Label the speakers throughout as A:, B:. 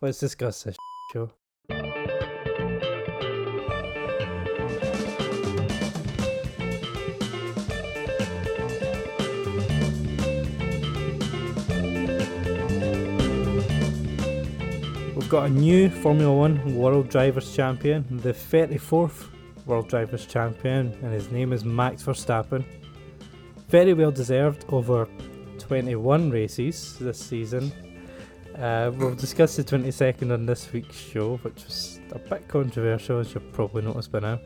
A: Let's discuss this show. We've got a new Formula One World Drivers' Champion, the 34th World Drivers' Champion, and his name is Max Verstappen. Very well deserved over 21 races this season. Uh, we'll discuss the 22nd on this week's show, which was a bit controversial, as you've probably noticed by now.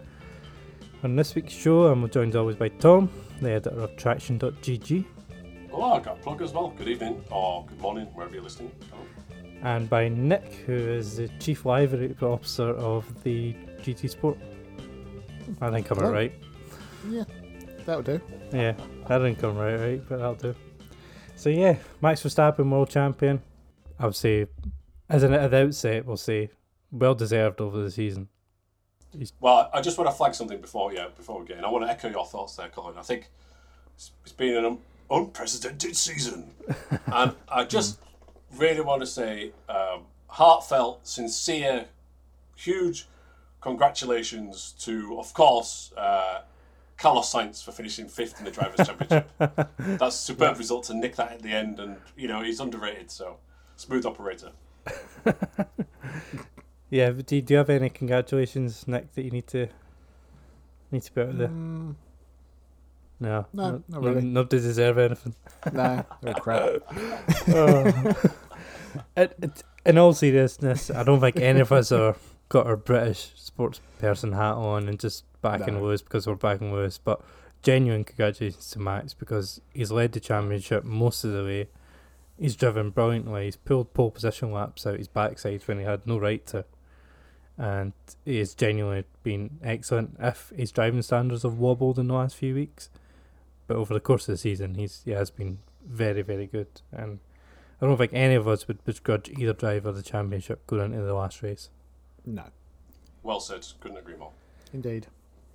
A: On this week's show, I'm joined always by Tom, the editor of Traction.gg,
B: Oh, I got a plug as well. Good evening or good morning, wherever you're listening. Oh,
A: and by Nick, who is the Chief Livery Officer of the GT Sport. I think I'm
C: Hello.
A: right.
C: Yeah, that'll do.
A: Yeah, that didn't come right, right, but that'll do. So yeah, Max Verstappen, world champion. I would say, as an at the outset, we'll say, well deserved over the season.
B: Well, I just want to flag something before yeah, before we get in. I want to echo your thoughts there, Colin. I think it's, it's been an un- unprecedented season, and I just really want to say um, heartfelt, sincere, huge congratulations to, of course, uh, Carlos Sainz for finishing fifth in the drivers' championship. That's a superb result to nick that at the end, and you know he's underrated. So smooth operator.
A: Yeah, but do, do you have any congratulations, Nick, that you need to need to put out there?
C: Mm,
A: No,
C: no, not really.
A: Nobody deserve anything.
C: nah, they're crap.
A: It, it, in all seriousness, I don't think any of us are got our British sports person hat on and just backing
C: No.
A: Lewis because we're backing Lewis. But genuine congratulations to Max because he's led the championship most of the way. He's driven brilliantly. He's pulled pole position laps out his backside when he had no right to, and he has genuinely been excellent. If his driving standards have wobbled in the last few weeks, but over the course of the season, he's he has been very very good and. I don't think any of us would begrudge either driver the championship going into the last race.
C: No,
B: Well said. Couldn't agree more.
C: indeed.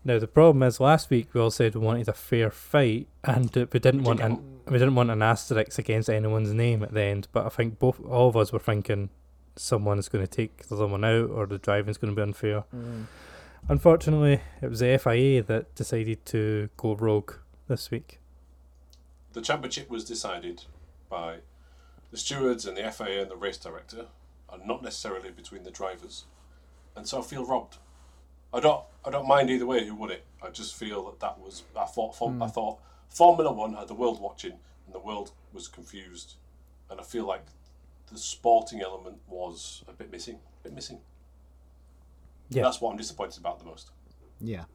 A: Now the problem is, last week we all said we wanted a fair fight, and that we didn't want an we didn't want an asterisk against anyone's name at the end. But I think both all of us were thinking someone's going to take the other one out, or the driving's going to be unfair. Unfortunately, it was the FIA that decided to go rogue this week.
B: The championship was decided by the stewards and the FAA and the race director, and not necessarily between the drivers. And so I feel robbed. I don't. I don't mind either way who won it. I just feel that that was. I thought. For,
A: Hmm.
B: I thought Formula One had the world watching, and the world was confused. And I feel like the sporting element was a bit missing. A bit missing.
A: Yeah.
B: That's what I'm disappointed about the most.
C: Yeah.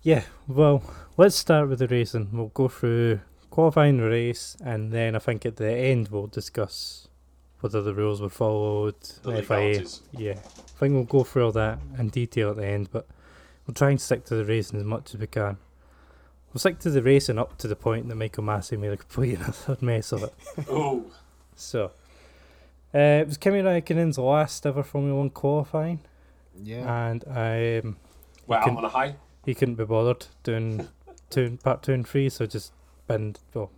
A: Yeah, well, let's start with the racing. We'll go through qualifying the race, and then I think at the end we'll discuss whether the rules were followed.
B: The
A: FIA.
B: legalities.
A: Yeah, I think we'll go through all that in detail at the end, but we'll try and stick to the racing as much as we can. We'll stick to the racing up to the point that Michael Massey made a complete and utter mess of it.
B: oh,
A: So, uh, it was Kimi Raikkonen's last ever Formula One qualifying,
C: Yeah.
A: and I. Um,
B: we're out
A: can-
B: on a high.
A: he couldn't be bothered doing two and- part two and three, so just binned well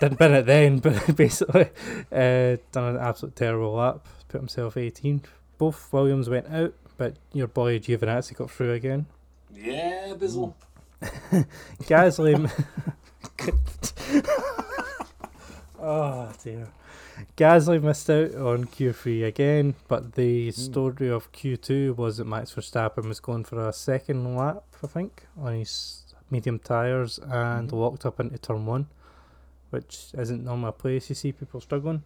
A: didn't bin it then, but basically uh, done an absolute terrible lap, put himself 18th. Both Williams went out, but your boy Giovinazzi got through again.
B: Yeah, Bizzle.
A: Gasly. oh dear. Gasly missed out on Q3 again, but the story of Q2 was that Max Verstappen was going for a second lap, I think, on his medium tyres and locked up into turn one, which isn't normally a place you see people struggling.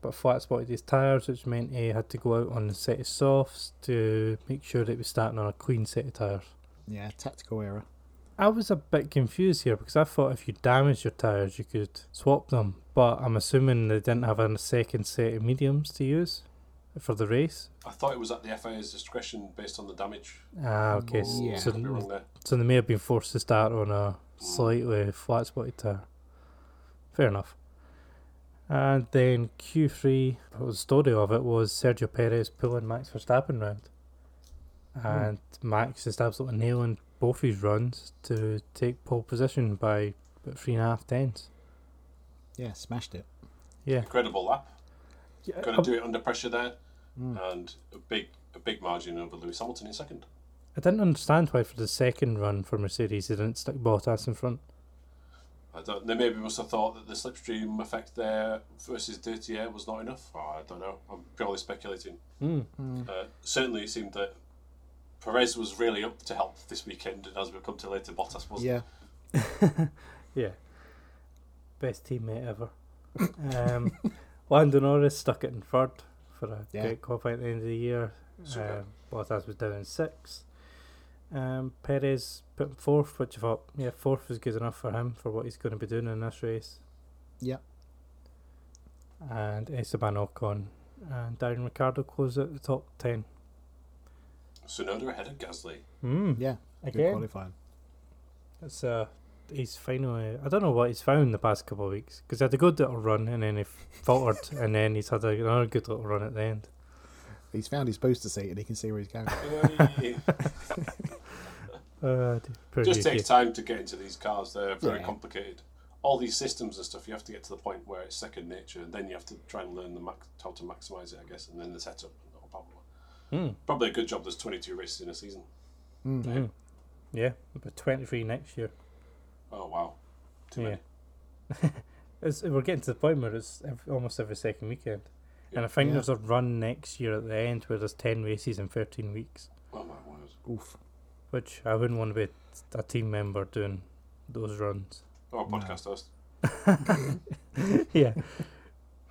A: But flat spotted his tyres, which meant he had to go out on a set of softs to make sure that he was starting on a clean set of tyres.
C: Yeah. Tactical error.
A: I was a bit confused here because I thought if you damaged your tires, you could swap them. But I'm assuming they didn't have a second set of mediums to use for the race.
B: I thought it was at the FAA's discretion based on the damage.
A: Ah, okay. s-
C: Yeah.
A: So,
B: Could be wrong there.
A: so they may have been forced to start on a slightly flat spotted tire. Fair enough. And then Q3, well, the story of it was Sergio Perez pulling Max Verstappen round. And Max just absolutely nailing both his runs to take pole position by about three and a half tenths.
C: Yeah. Smashed it.
A: Yeah.
B: Incredible lap.
A: Yeah,
B: Going
A: uh,
B: to do it under pressure there. and a big a big margin over Lewis Hamilton in second.
A: I didn't understand why for the second run for Mercedes they didn't stick Bottas in front.
B: I don't, they maybe must have thought that the slipstream effect there versus dirty air was not enough. Oh, I don't know. I'm purely speculating. Uh, certainly, it seemed that Perez was really up to help this weekend, and as we'll come to later, Bottas was.
C: Yeah.
A: Yeah. Best teammate ever. Um, Lando Norris stuck it in third for a
C: Yeah.
A: great qualify at the end of the year. Um,
B: Super.
A: Bottas was down in sixth. Um, Perez put him fourth, which I thought, yeah, fourth was good enough for him for what he's going to be doing in this race.
C: Yeah.
A: And Esteban Ocon and Darren Ricardo closed out the top 10.
B: Sonoda ahead of Gasly.
A: Mm.
C: Yeah. Hmm. Good
A: Again,
C: qualifying.
A: it's uh, he's finally. I don't know what he's found the past couple of weeks because he had a good little run and then he faltered and then he's had a- another good little run at the end.
C: He's found his poster seat and he can see where he's going.
B: Hey.
A: Uh, d- pretty
B: just
A: okay.
B: takes time to get into these cars. They're very
C: Yeah.
B: complicated. All these systems and stuff, you have to get to the point where it's second nature, and then you have to try and learn the max, how to maximize it, I guess, and then the setup. and all, blah, blah, blah.
A: Hmm.
B: Probably a good job. There's 22 races in a season.
A: Yeah, but 23 next year.
B: Oh wow, too
A: Yeah.
B: many.
A: It's, we're getting to the point where it's ev- almost every second weekend. And I think
C: Yeah.
A: there's a run next year at the end where there's 10 races in 13 weeks,
B: Oh my word.
C: Oof.
A: which I wouldn't want to be a team member doing those runs.
B: Oh, a podcast host.
A: yeah.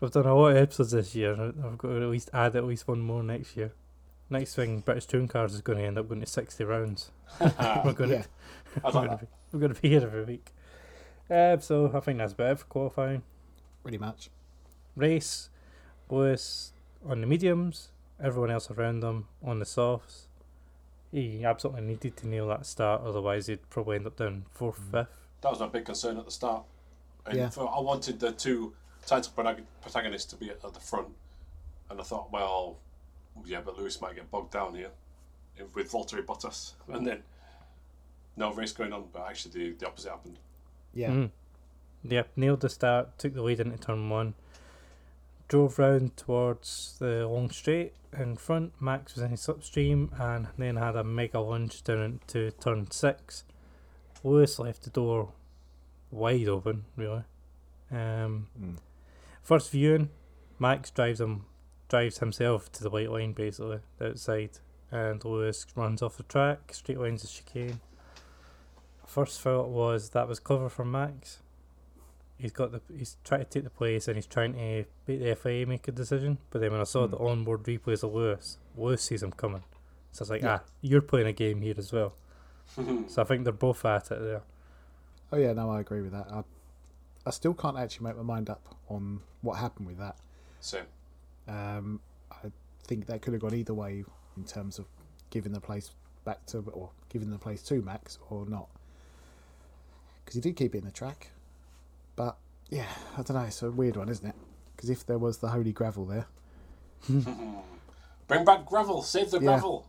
A: I've done a lot of episodes this year. and I've got to at least add at least one more next year. Next thing, British Touring Cars is going to end up going to 60 rounds. we're going
C: Yeah.
A: to
B: I'd like
A: be, we're going to be here every week. Uh, so I think that's better for qualifying.
C: Pretty much.
A: Race, Lewis on the mediums, everyone else around them on the softs. He absolutely needed to nail that start, otherwise he'd probably end up down fourth, fifth.
B: That was my big concern at the start. And
C: Yeah.
B: for, I wanted the two title protag- protagonists to be at, at the front, and I thought, well, yeah, but Lewis might get bogged down here if- with Valtteri Bottas, and then no race going on. But actually, the, the opposite happened.
C: Yeah.
A: Mm. Yep, nailed the start, took the lead into turn one, drove round towards the long straight in front. Max was in his slipstream and then had a mega lunge down into turn six. Lewis left the door wide open, really. Um,
C: Mm.
A: First viewing, Max drives him, drives himself to the white line basically outside, and Lewis runs off the track. Straight lines the chicane first thought was that was clever from Max. He's got the he's trying to take the place and he's trying to make the FIA make a decision. But then when I saw the onboard replays of Lewis, Lewis sees him coming. So it's like,
C: Yeah.
A: ah, you're playing a game here as well. so I think they're both at it there.
C: Oh yeah, no, I agree with that. I, I still can't actually make my mind up on what happened with that.
B: So
C: Um, I think that could have gone either way in terms of giving the place back to or giving the place to Max or not, because he did keep it in the track. But yeah, I don't know. It's a weird one, isn't it? Because if there was the holy gravel there,
B: bring back gravel, save the
C: Yeah.
B: gravel.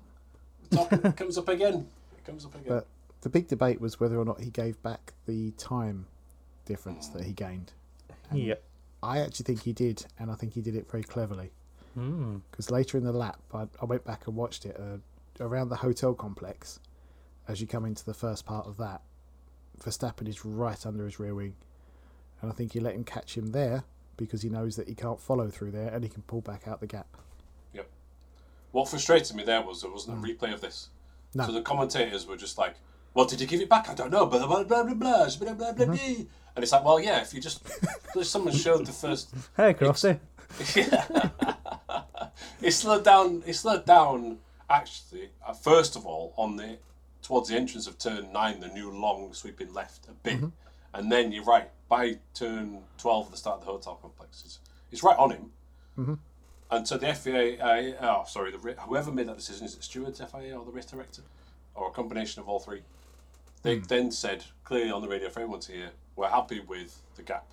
B: The topic comes up again. It comes up again.
C: but the big debate was whether or not he gave back the time difference that he gained.
A: Yeah.
C: I actually think he did, and I think he did it very cleverly.
A: Mm.
C: because later in the lap, I, I went back and watched it uh, around the hotel complex. As you come into the first part of that, Verstappen is right under his rear wing, and I think he let him catch him there because he knows that he can't follow through there and he can pull back out the gap.
B: Yep. What frustrated me there was there wasn't a replay of this.
C: No.
B: So the commentators were just like, "Well, did you give it back? I don't know." Blah blah blah blah blah blah blah blah. blah." And it's like, well, yeah, if you just if someone showed the first,
A: Hey, Crossy.
B: it slowed down. It slowed down actually. Uh, first of all, on the towards the entrance of turn nine, the new long sweeping left a bit, and then you're right by turn twelve, the start of the hotel complex. It's, it's right on him. And so the FIA, uh, oh, sorry, the, ra- whoever made that decision, is it stewards, FIA, or the race director, or a combination of all three? They then said clearly on the radio for everyone to hear, we're happy with the gap.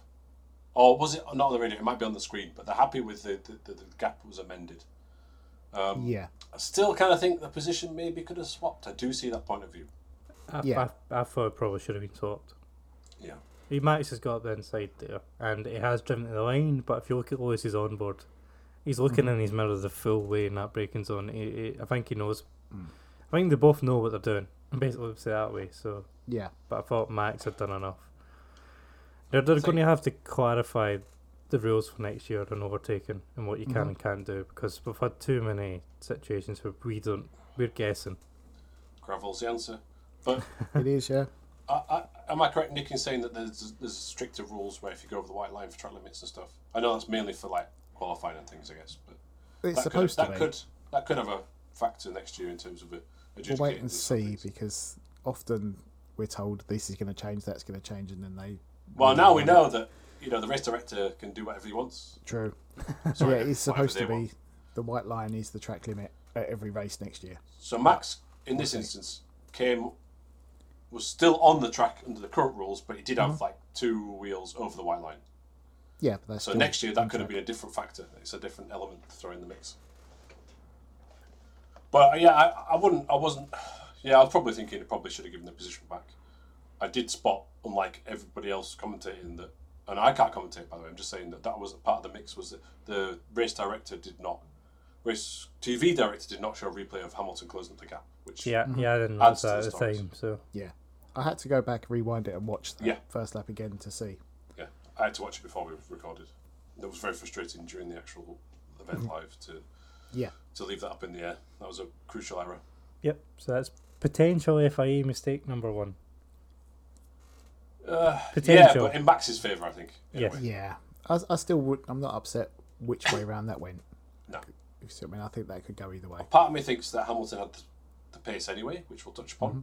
B: Or was it not on the radio? It might be on the screen, but they're happy with the, the, the, the gap was amended. Um,
C: Yeah,
B: I still kind of think the position maybe could have swapped. I do see that point of view.
A: I,
C: Yeah.
A: I, I thought it probably should have been swapped.
B: Yeah.
A: He Max has got up the inside there, and he has driven to the line. But if you look at Lewis's onboard, He's looking in his mirror the full way in that braking zone. He, he, I think he knows. I think they both know what they're doing. Basically, let's say that way. So,
C: Yeah.
A: but I thought Max had done enough. They're, they're going to have to clarify the rules for next year on overtaking and what you can and can't do because we've had too many situations where we don't. We're guessing.
B: Gravel's the answer. But
C: It is, yeah.
B: I, I, am I correct, Nick, in saying that there's there's stricter rules where if you go over the white line for track limits and stuff? I know that's mainly for like qualifying and things, I guess. But
C: It's
B: that could
C: supposed
B: that
C: to be.
B: could that could have a factor next year in terms of it.
C: we'll wait
B: adjudicating
C: and
B: these
C: see
B: things.
C: because often we're told this is going to change, that's going to change, and then they.
B: Well, now we know that you know the race director can do whatever he wants.
C: True.
B: Sorry,
C: yeah, it's
B: whatever
C: supposed
B: they
C: to be.
B: want.
C: The white line is the track limit at every race next year.
B: So Max, in this instance, came was still on the track under the current rules, but he did have like two wheels over the white line.
C: Yeah, but that's
B: So
C: still
B: next year, that
C: on
B: could have
C: track.
B: been a different factor. It's a different element to throw in the mix. But uh, yeah, I, I wouldn't. I wasn't. Yeah, I was probably thinking it probably should have given the position back. I did spot, unlike everybody else commentating that, and I can't commentate by the way. I'm just saying that that was part of the mix. Was that the race director did not, race TV director did not show a replay of Hamilton closing the gap, which
A: Yeah, yeah, I didn't notice
B: Adds to
A: that
B: the
A: at the
B: stories.
A: time. So
C: Yeah, I had to go back, rewind it, and watch that
B: Yeah.
C: first lap again to see.
B: Yeah, I had to watch it before we recorded. It was very frustrating during the actual event live to
C: Yeah,
B: to leave that up in the air. That was a crucial error.
A: Yep. So that's potential FIA mistake number one.
B: Uh, yeah,
A: Potential.
B: but in Max's favour, I think. in a
A: Yes.
B: way.
C: yeah. I, I still would. I'm not upset which way round that went.
B: No.
C: If you see what I mean, I think that could go either way.
B: Part of me thinks that Hamilton had the, the pace anyway, which we'll touch upon.
A: Mm-hmm.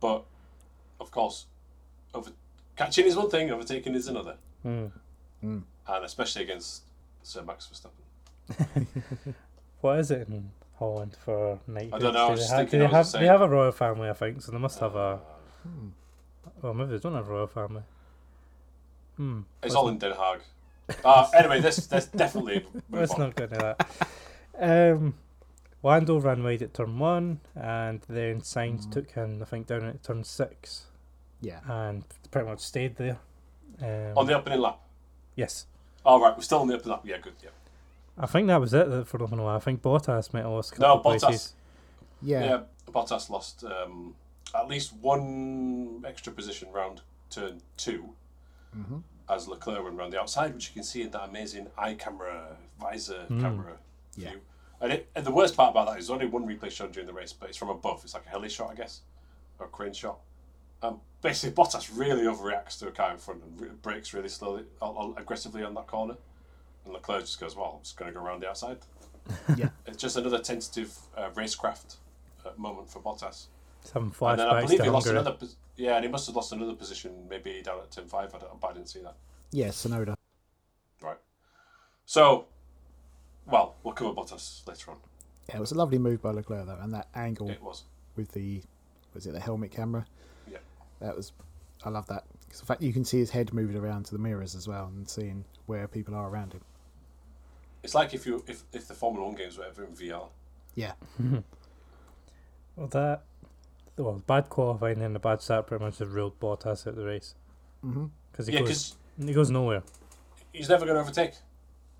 B: But of course, over catching is one thing, overtaking is another,
A: Mm.
B: and especially against Sir Max Verstappen.
A: What is it in Holland for night?
B: I
A: games?
B: don't know, I
A: Do
B: was
A: they
B: just
A: ha-
B: thinking
A: do
B: I
A: they
B: was
A: have
B: the
A: they
B: same. Uh,
A: have a royal family, I think. So they must have a. hmm. Well, maybe they don't have royal family. Hmm.
B: It's all in Den Haag. Uh, anyway, this this definitely move
A: Let's
B: on.
A: not go into that. um, Lando ran wide at turn one, and then Sainz
B: Hmm.
A: took him, I think, down at turn six,
C: Yeah,
A: and pretty much stayed there. Um,
B: on the opening lap.
A: yes.
B: All right, we're still on the opening lap. Yeah, good. Yeah,
A: I think that was it uh, for open I think Bottas might have lost a
B: no,
A: couple of
B: Bottas.
A: places.
C: yeah.
B: Yeah, Bottas lost um, at least one extra position round turn 2
C: Mm-hmm.
B: as Leclerc went round the outside, which you can see in that amazing eye camera, visor camera
C: Mm. Yeah.
B: view. And, it, and the worst part about that is only one replay shown during the race, but it's from above. It's like a heli shot, I guess, or a crane shot. And basically, Bottas really overreacts to a car in front and re- brakes really slowly, uh, aggressively on that corner. And Leclerc just goes, "Well, I'm just going to go round the outside."
C: Yeah.
B: it's just another tentative uh, racecraft uh, moment for Bottas.
A: Some
B: And then
A: flashbacks
B: I believe
A: to
B: he lost
A: Hungary.
B: another. Pos- yeah, and he must have lost another position, maybe down at turn five. I, don't, but I didn't see that.
C: Yeah, Sonoda.
B: Right. So, well, we'll cover Bottas later on.
C: Yeah, it was a lovely move by Leclerc though, and that angle
B: It was.
C: with the was it the helmet camera?
B: Yeah.
C: That was I love that 'Cause the fact you can see his head moving around to the mirrors as well, and seeing where people are around him.
B: It's like if you if, if the Formula One games were ever in VR.
C: Yeah,
A: Well, that well, bad qualifying and the bad start pretty much have ruled Bottas out of the race because he
B: Yeah,
A: goes
B: 'cause
A: he goes nowhere.
B: he's never going to overtake.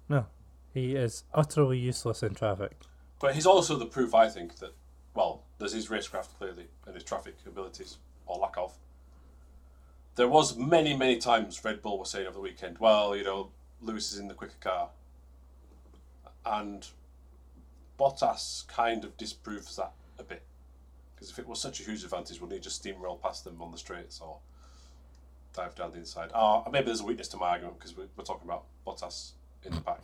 A: No, he is utterly useless in traffic.
B: But he's also the proof, I think, that well, there's his racecraft clearly and his traffic abilities or lack of. There was many, many times Red Bull was saying over the weekend, well, you know, Lewis is in the quicker car, and Bottas kind of disproves that a bit because if it was such a huge advantage, wouldn't he just steamroll past them on the straights or dive down the inside? Ah, maybe there's a weakness to my argument because we're, we're talking about Bottas in the back.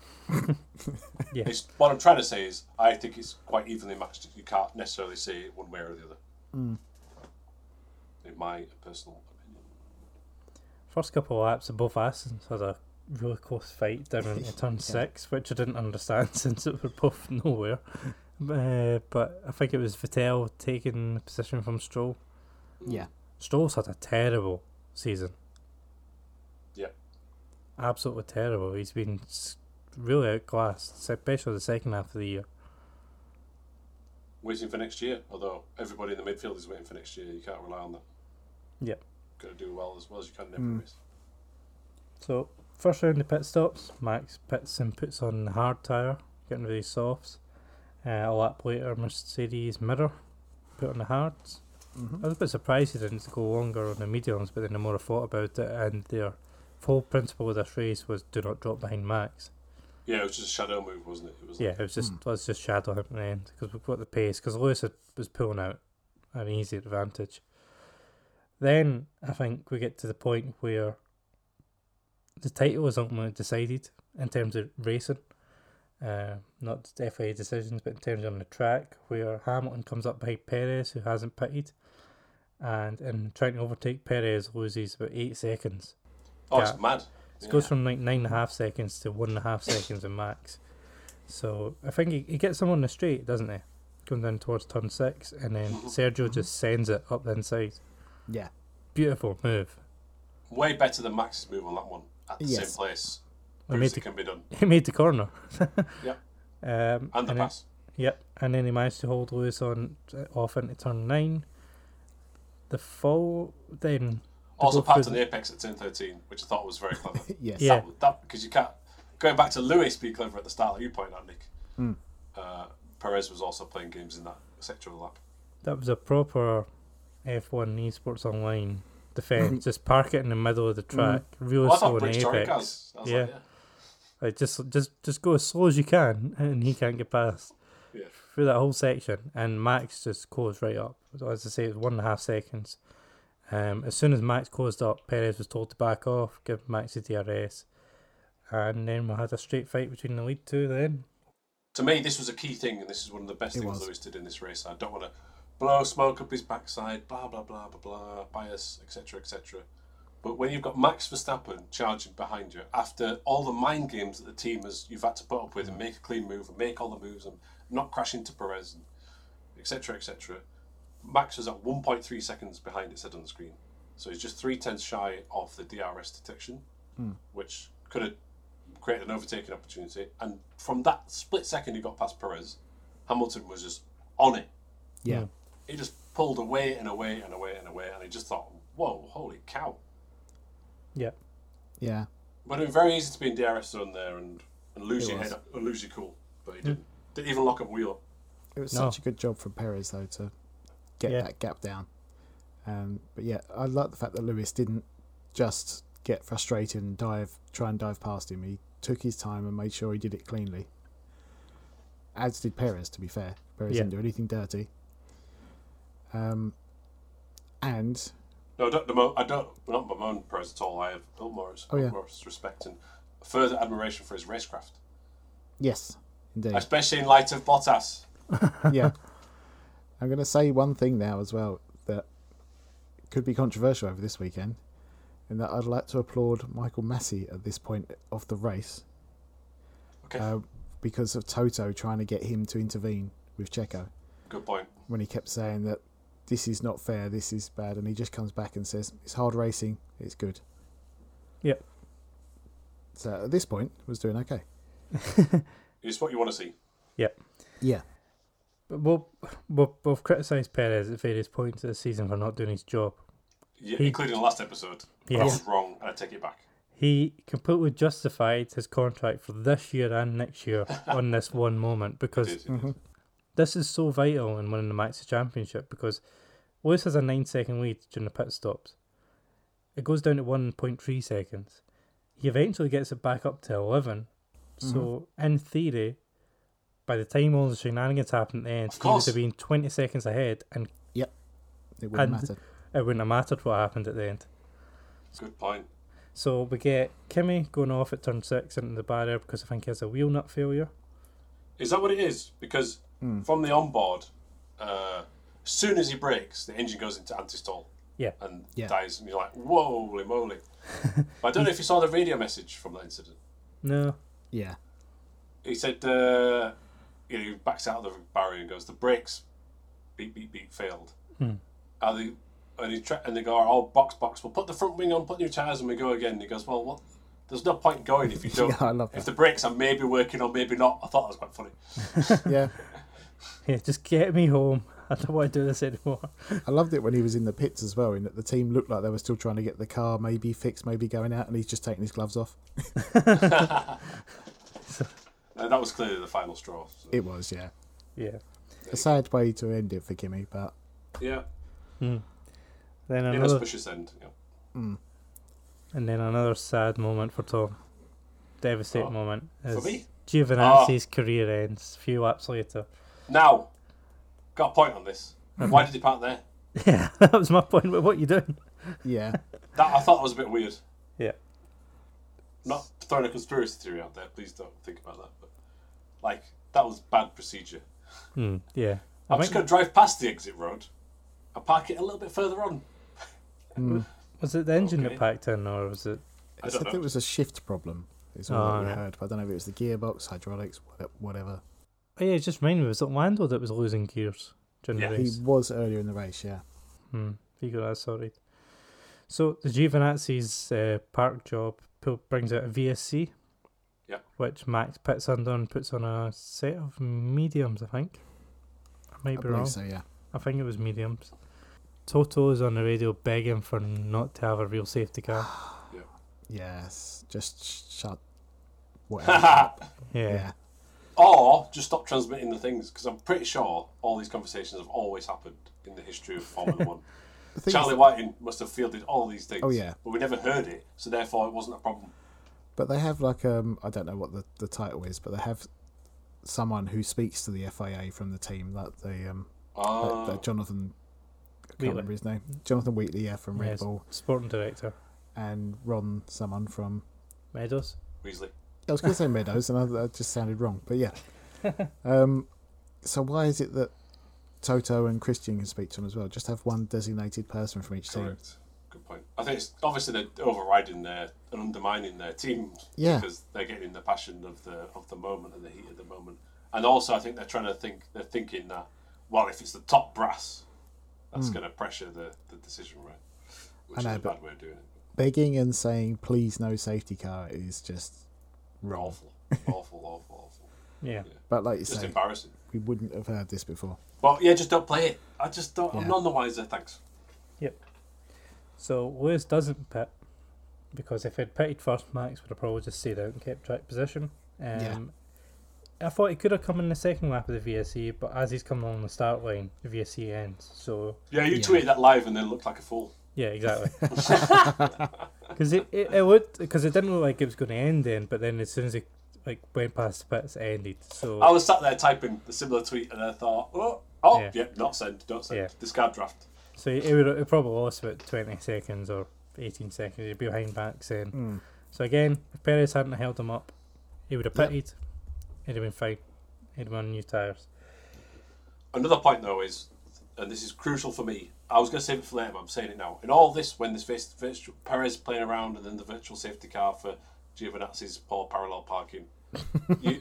B: It's, what I'm trying to say is, I think it's quite evenly matched. You can't necessarily say it one way or the other. In my personal opinion.
A: First couple of laps of both Asons had a really close fight down in turn six, which I didn't understand since it were both nowhere. Uh, but I think it was Vettel taking the position from Stroll.
C: yeah,
A: Stroll's had a terrible season.
B: Yeah.
A: absolutely terrible. He's been s- really outclassed, especially the second half of the year.
B: Waiting for next year, although everybody in the midfield is waiting for next year. You can't rely on that.
A: Yep.
B: Got to do well as well as you can in every race.
A: So first round of pit stops, Max pits and puts on the hard tire, getting rid of his softs. Uh, all that later, Mercedes Mirror put on the hards.
B: Mm-hmm.
C: Mhm.
A: I was a bit surprised he didn't go longer on the mediums, but then the more I thought about it, and their whole principle of this race was do not drop behind Max.
B: Yeah, it was just a shadow move, wasn't it? It was hmm.
A: Yeah, it was just let's just shadow him at the end because we've got the pace because Lewis had- was pulling out an easy advantage. Then I think we get to the point where the title was ultimately decided in terms of racing, uh, not just FIA decisions, but in terms on the track where Hamilton comes up behind Perez who hasn't pitted, and in trying to overtake Perez loses about eight seconds.
B: oh, it's
A: yeah.
B: mad.
A: It goes from like nine and a half seconds to one and a half seconds in max. So I think he, he gets him on the straight, doesn't he? Comes in towards turn six, and then
B: Mm-hmm.
A: Sergio just sends it up the inside.
C: Mm-hmm. Yeah.
A: Beautiful move.
B: Way better than Max's move on that one at the
C: Yes.
B: same place.
A: I
B: Proves
A: made
B: it can be done.
A: He made the corner.
B: Yep.
A: Um,
B: And the
A: then-
B: pass.
A: Yep, and then he managed to hold Lewis on uh, off into turn nine. The fall then. they
B: Also
A: go through
B: packed on
A: the-
B: the apex at 10.13, which I thought was very clever.
C: yes.
A: Yeah.
B: that because you can't going back to Lewis being clever at the start. Like you pointed out, Nick. Uh, Perez was also playing games in that sector of the lap.
A: That was a proper F1 esports online defense. just park it in the middle of the track, really
B: Well, I
A: slow
B: thought
A: in the
B: Bridgestone
A: apex.
B: cars. I was
A: Yeah.
B: like,
A: Like just just just go as slow as you can, and he can't get past
B: yeah, yeah.
A: through that whole section. And Max just closed right up. So As I say, it was one and a half seconds. Um, as soon as Max closed up, Perez was told to back off, give Max the DRS, and then we had a straight fight between the lead two. Then
B: To me, this was a key thing, and this is one of the best
C: It
B: things
C: was.
B: Lewis did in this race. I don't want to blow smoke up his backside, blah blah blah blah blah, bias, etc. etc. But when you've got Max Verstappen charging behind you after all the mind games that the team has you've had to put up with and make a clean move and make all the moves and not crash into Perez and etc. etc. Max was at 1.3 seconds behind it said on the screen, so he's just three tenths shy of the DRS detection,
C: Hmm.
B: which could have created an overtaking opportunity. And from that split second he got past Perez, Hamilton was just on it
C: Yeah.
B: he just pulled away and away and away and away, and he just thought, "Whoa, holy cow!"
A: yeah,
C: Yeah.
B: But it was very easy to be in DRS zone there and, and lose
C: It
B: your
C: was. Hmm.
B: head up, and lose your cool. But he didn't. Didn't even lock a wheel. up.
C: It was
A: No.
C: such a good job from Perez though to get
A: Yeah.
C: that gap down. Um, but yeah, I like the fact that Lewis didn't just get frustrated and dive, try and dive past him. He took his time and made sure he did it cleanly. As did Perez, to be fair. Perez
A: Yeah.
C: didn't do anything dirty. Um, and
B: No, I don't. Bemoan, I don't. Not bemoan Perez at all. I have utmost,
C: Oh, yeah.
B: utmost respect and further admiration for his racecraft,
C: yes, indeed,
B: especially in light of Bottas.
C: yeah. I'm going to say one thing now as well that could be controversial over this weekend, and that I'd like to applaud Michael Massey at this point of the race
B: Okay,
C: uh, because of Toto trying to get him to intervene with Checo
B: good point.
C: when he kept saying that this is not fair, this is bad, and he just comes back and says it's hard racing, it's good.
A: Yep.
C: So at this point, was doing okay.
B: It's what you want to see.
A: yeah.
C: Yeah.
A: But we'll, we've we've criticised Perez at various points of the season for not doing his job.
B: Yeah,
A: He-
B: including the last episode.
A: Yes.
B: I was wrong, and I take it back.
A: He completely justified his contract for this year and next year on this one moment because
B: Did,
C: mm.
B: did.
A: this is so vital in winning the Maxi Championship because Lewis has a nine second lead during the pit stops. It goes down to one point three seconds. He eventually gets it back up to eleven.
B: Mm-hmm.
A: So in theory, by the time all the shenanigans happen at the end,
B: Of
A: he would
B: course.
A: have been twenty seconds ahead and
C: Yep. It wouldn't
A: And-
C: matter.
A: it wouldn't have mattered what happened at the end.
B: Good point.
A: So we get Kimmy going off at turn six into the barrier because I think he has a wheel nut failure.
B: Is that what it is? Because
C: Hmm.
B: from the onboard, uh, as soon as he brakes, the engine goes into anti-stall
A: Yeah.
B: and
C: Yeah.
B: dies, and you're like, "Whoa, holy moly!" but I don't know if you saw the radio message from that incident.
A: No.
C: Yeah.
B: He said, uh, you know, he backs out of the barrier and goes, "The brakes, beep beep beep, failed."
C: Hmm.
B: Are they? And he tra- and they go, "Oh, box box. We'll put the front wing on, put new tires, and we go again." And he goes, "Well, what?" There's no point going if you don't.
C: Yeah, I love
B: if
C: that.
B: the brakes are maybe working or maybe not. I thought that was quite funny.
C: Yeah.
A: Yeah, just get me home. I don't want to do this anymore.
C: I loved it when he was in the pits as well, in that the team looked like they were still trying to get the car maybe fixed, maybe going out, and he's just taking his gloves off.
B: Uh, that was clearly the final straw. so-
C: It was, yeah.
A: Yeah.
C: A sad way to end it for Kimmy, but
B: yeah,
A: Then another,
B: inauspicious end. Yeah.
A: and then another sad moment for Tom. Devastating
B: Oh,
A: moment.
B: For
A: is
B: me? Ah.
A: Giovinazzi's career ends a few laps later.
B: Now, got a point on this. Why did he park there?
A: Yeah, that was my point. But what you doing?
C: yeah.
B: That I thought that was a bit weird.
A: Yeah.
B: Not throwing a conspiracy theory out there. Please don't think about that. But like, that was bad procedure.
C: Hmm,
A: Mm, yeah.
B: I'm just going to drive past the exit road and park it a little bit further on.
A: Was it the engine
B: Okay.
A: that packed in, or was it?
B: I
C: I said
B: don't know.
C: there was Hmm. a shift problem. Is all
A: Oh,
C: that we
A: right.
C: heard, but I don't know if it was the gearbox, hydraulics, wha- whatever.
A: Oh yeah, it just reminded me. Was it Lando that was losing gears during
B: Yeah.
A: the
B: He
A: race?
C: He was earlier in the race, yeah.
A: Hmm. He got that sorted. So the Giovinazzi's uh, park job pu- brings out a VSC,
B: Yeah.
A: which Max pits under and puts on a set of mediums, I think. I might
C: I
A: be wrong.
C: believe so, yeah.
A: I think it was mediums. Toto is on the radio begging for not to have a real safety car.
C: Yes, just sh- shut. Whatever.
B: Haha.
A: Yeah.
C: yeah,
B: or just stop transmitting the things because I'm pretty sure all these conversations have always happened in the history of Formula One.
C: The thing is-
B: Charlie Whiting must have fielded all these things.
C: Oh, yeah.
B: but we never heard it, so therefore it wasn't a problem.
C: but they have like um, I don't know what the, the title is, but they have someone who speaks to the FIA from the team, like the um, like
B: Ah,
C: the Jonathan. I can't
A: Wheatley.
C: remember his name. Jonathan Wheatley, yeah, from Red
A: Yes,
C: Bull,
A: Sporting director
C: and Ron, someone from
A: Meadows.
B: Weasley.
C: I was going to say Meadows, and I, that just sounded wrong. But yeah. Um, so why is it that Toto and Christian can speak to them as well? Just have one designated person from each team.
B: Correct. Good point. I think it's obviously they're overriding their and undermining their team
C: Yeah.
B: because they're getting the passion of the of the moment and the heat of the moment. And also, I think they're trying to think they're thinking that well, if it's the top brass, that's going to pressure the, the decision right, which
C: Hmm. I know,
B: is a
C: but-
B: bad way of doing it.
C: Begging and saying, "Please, no safety car," is just wrong.
B: Awful, awful, awful, awful.
A: Yeah.
C: But like you
B: Just
C: say,
B: embarrassing.
C: we wouldn't have heard this before.
B: But yeah, just don't play it. I just don't.
C: Yeah.
B: I'm none the wiser. Thanks.
A: Yep. So Lewis doesn't pit because if he'd pitted first, Max would have probably just stayed out and kept track position. Um,
C: Yeah.
A: I thought he could have come in the second lap of the VSE, but as he's coming along the start line, the VSE ends. So
B: Yeah, you
C: Yeah.
B: tweeted that live and then looked like a fool.
A: yeah, exactly. Because it, it, it looked because it didn't look like it was going to end then, but then as soon as he like went past the pits, it ended. So
B: I was sat there typing the similar tweet and I thought, oh, oh,
A: Yeah.
B: yep, not send, don't send,
A: Yeah.
B: discard draft.
A: So he, he would he probably lost about 20 seconds or 18 seconds. He'd be behind Max then. So again, if Perez hadn't held him up, he would have
C: Yep.
A: pitted. He'd have been fine. He'd have been on new tyres.
B: Another point though is, and this is crucial for me. I was going to save it for later, but I'm saying it now. In all this, when this vis- virtual Perez playing around and then the virtual safety car for Giovinazzi's poor parallel parking, you,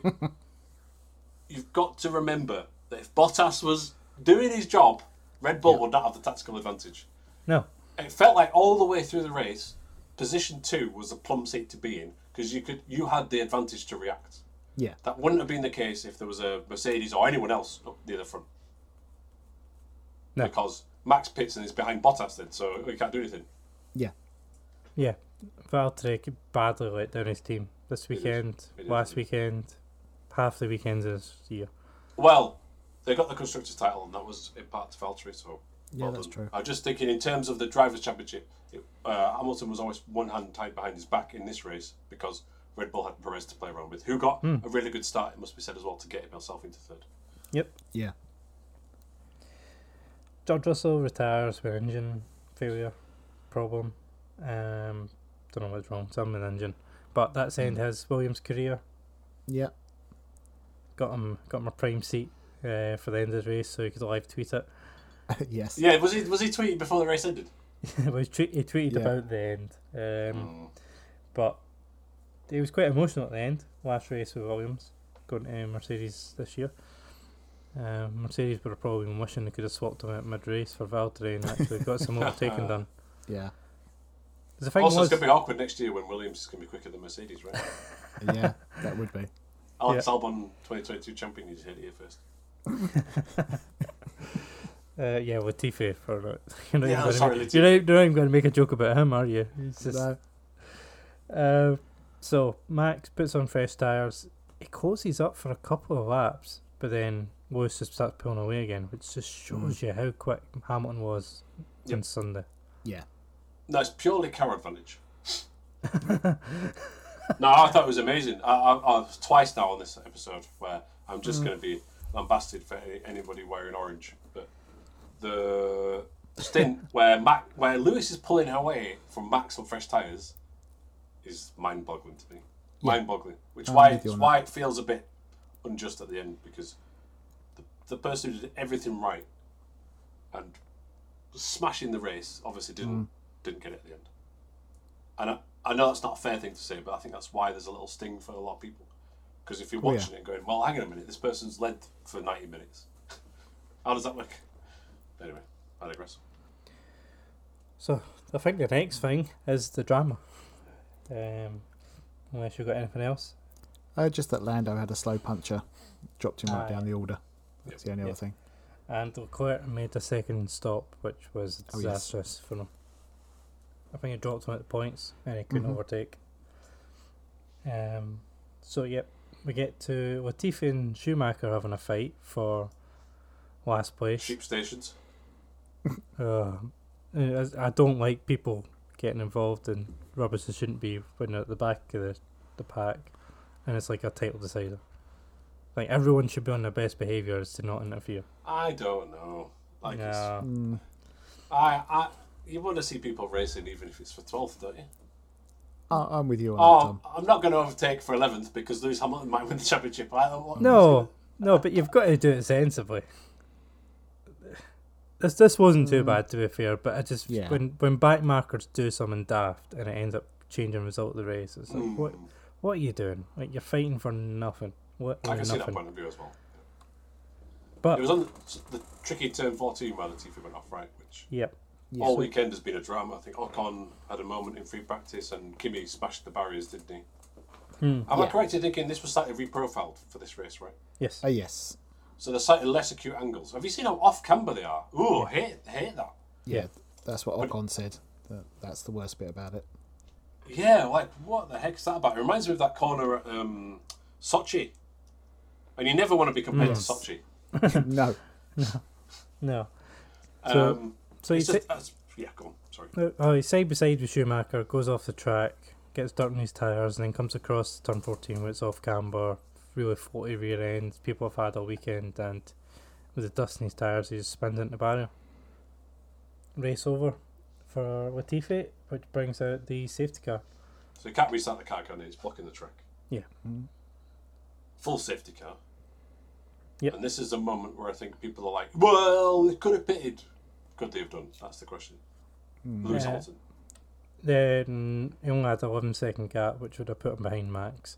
B: you've got to remember that if Bottas was doing his job, Red Bull would not have the tactical advantage.
A: No.
B: It felt like all the way through the race, position two was the plum seat to be in because you could you had the advantage to react.
C: Yeah,
B: That wouldn't have been the case if there was a Mercedes or anyone else up near the front.
A: No.
B: Because Max Pitson is behind Bottas then, so he can't do anything.
C: yeah,
A: Yeah. Valtteri could badly let down his team this
B: is.
A: weekend,
B: It is,
A: last
B: it is.
A: weekend, half the weekends this year.
B: Well, they got the constructors title, and that was in part to Valtteri. So
C: Yeah,
B: well
C: that's
B: done.
C: true.
B: I'm just thinking in terms of the drivers' championship. It, uh, Hamilton was always one hand tied behind his back in this race because Red Bull had Perez to play around with, who got
C: Hmm.
B: a really good start. It must be said as well to get himself into third.
A: Yep.
C: yeah.
A: George Russell retires with engine failure problem. Um, don't know what's wrong, something with the engine. But that's end his Williams career.
C: Yeah,
A: got him got him a prime seat uh, for the end of the race so he could live tweet it.
C: yes.
B: Yeah, was he was he tweeting before the race ended?
A: Well, he, tweet, he tweeted
C: Yeah.
A: about the end, um,
B: Mm.
A: but he was quite emotional at the end. Last race with Williams going to Mercedes this year. Um, Mercedes would have probably been wishing they could have swapped him out mid race for Valtteri and actually got some overtaking done.
C: yeah,
A: 'Cause The thing
B: also,
A: was,
B: it's going to be awkward next year when Williams is going to be quicker than Mercedes, right?
C: yeah. That would be.
B: Alex Albon, 2022 champion, needs to hit here first.
A: uh, yeah, Latifi for not. You're not
B: Yeah,
A: even
B: sorry,
A: gonna make-
B: Latifi.
A: you're not you're not even going to make a joke about him, are you? It's just,
C: No,
A: Uh, so Max puts on fresh tires. it closes up for a couple of laps, but then Lewis just starts pulling away again, which just shows you how quick Hamilton was on
B: Yep.
A: Sunday.
C: Yeah.
B: No, it's purely car advantage. no, I thought it was amazing. I, I, I, twice now on this episode where I'm just going to be lambasted for any, anybody wearing orange. But the stint where Mac, where Lewis is pulling away from Max on fresh tyres is mind boggling to me. Mind boggling. Which
C: I'm
B: why,
C: with you
B: it's
C: on
B: why it feels a bit unjust at the end because the, the person who did everything right and smashing the race obviously didn't
C: Mm.
B: didn't get it at the end. And I, I know that's not a fair thing to say, but I think that's why there's a little sting for a lot of people. Because if you're
C: Oh, yeah.
B: watching it and going, well, hang on a minute, this person's led for 90 minutes. How does that work? Anyway, I digress.
A: So I think the next thing is the drama. Um, unless you've got anything else.
C: Uh, just that Lando had a slow puncture, dropped him right
A: Aye.
C: down the order. That's the only
A: Yeah.
C: other thing.
A: And Leclerc made a second stop, which was
C: Oh, yes.
A: disastrous for him. I think he dropped him at the points and he couldn't
C: Mhm.
A: overtake. Um, so, yep, we get to Latifi and Schumacher having a fight for last place.
B: Sheep stations.
A: Uh, I I don't like people getting involved in rubbish they shouldn't be when they're at the back of the, the pack, and it's like a title decider. Like everyone should be on their best behaviour is to not interfere.
B: I don't know. Like, it's,
A: Yeah.
C: Mm,
B: I, I, you want to see people racing even if it's for 12th, don't you?
C: I, I'm with you on that,
B: Oh,
C: Tom.
B: I'm not going to overtake for 11th because Lewis Hamilton might win the championship. I don't want
A: No, no, but you've got to do it sensibly. This this wasn't
B: Mm.
A: too bad to be fair, but I just
C: Yeah.
A: when when backmarkers do something daft and it ends up changing the result of the race, it's like what what are you doing? Like you're fighting for nothing. What
B: Mm. I can see that
A: nothing?
B: point of view as well.
A: But
B: It was on the tricky turn 14 where Latifi went off, right? Which
A: yep,
B: all weekend has been a drama. I think Ocon had a moment in free practice and Kimi smashed the barriers, didn't he?
A: Hmm.
B: Am I
C: Yeah.
B: correct in thinking this was slightly reprofiled for this race, right?
A: yes.
C: Oh, yes.
B: So they're slightly less acute angles. Have you seen how off camber they are? Ooh, hate, hate that.
C: Yeah,
A: Yeah.
C: that's what Ocon said. That, that's the worst bit about it.
B: Yeah, like what the heck's that about? It reminds me of that corner at um, Sochi. And you never want to be compared
A: Hmm.
B: to Sochi.
C: no.
A: No. So-
B: Um,
A: So
B: it's
A: he's
B: just, that's- yeah, go on. Sorry.
A: oh, he's side by side with Schumacher, goes off the track, gets dirt in his tyres, and then comes across turn 14 where it's off camber, really floaty rear end. People have had all weekend, and with the dust in his tyres, he just spins into the barrier. Race over for Latifi, which brings out the safety car.
B: So you can't restart the car, can you? It's blocking the track.
A: Yeah.
B: Full safety car.
A: Yep.
B: And this is the moment where I think people are like, well, they could have pitted. Could they have done? That's the question. Lewis
A: Yeah.
B: Hamilton.
A: Then he only had an 11 second gap, which would have put him behind Max.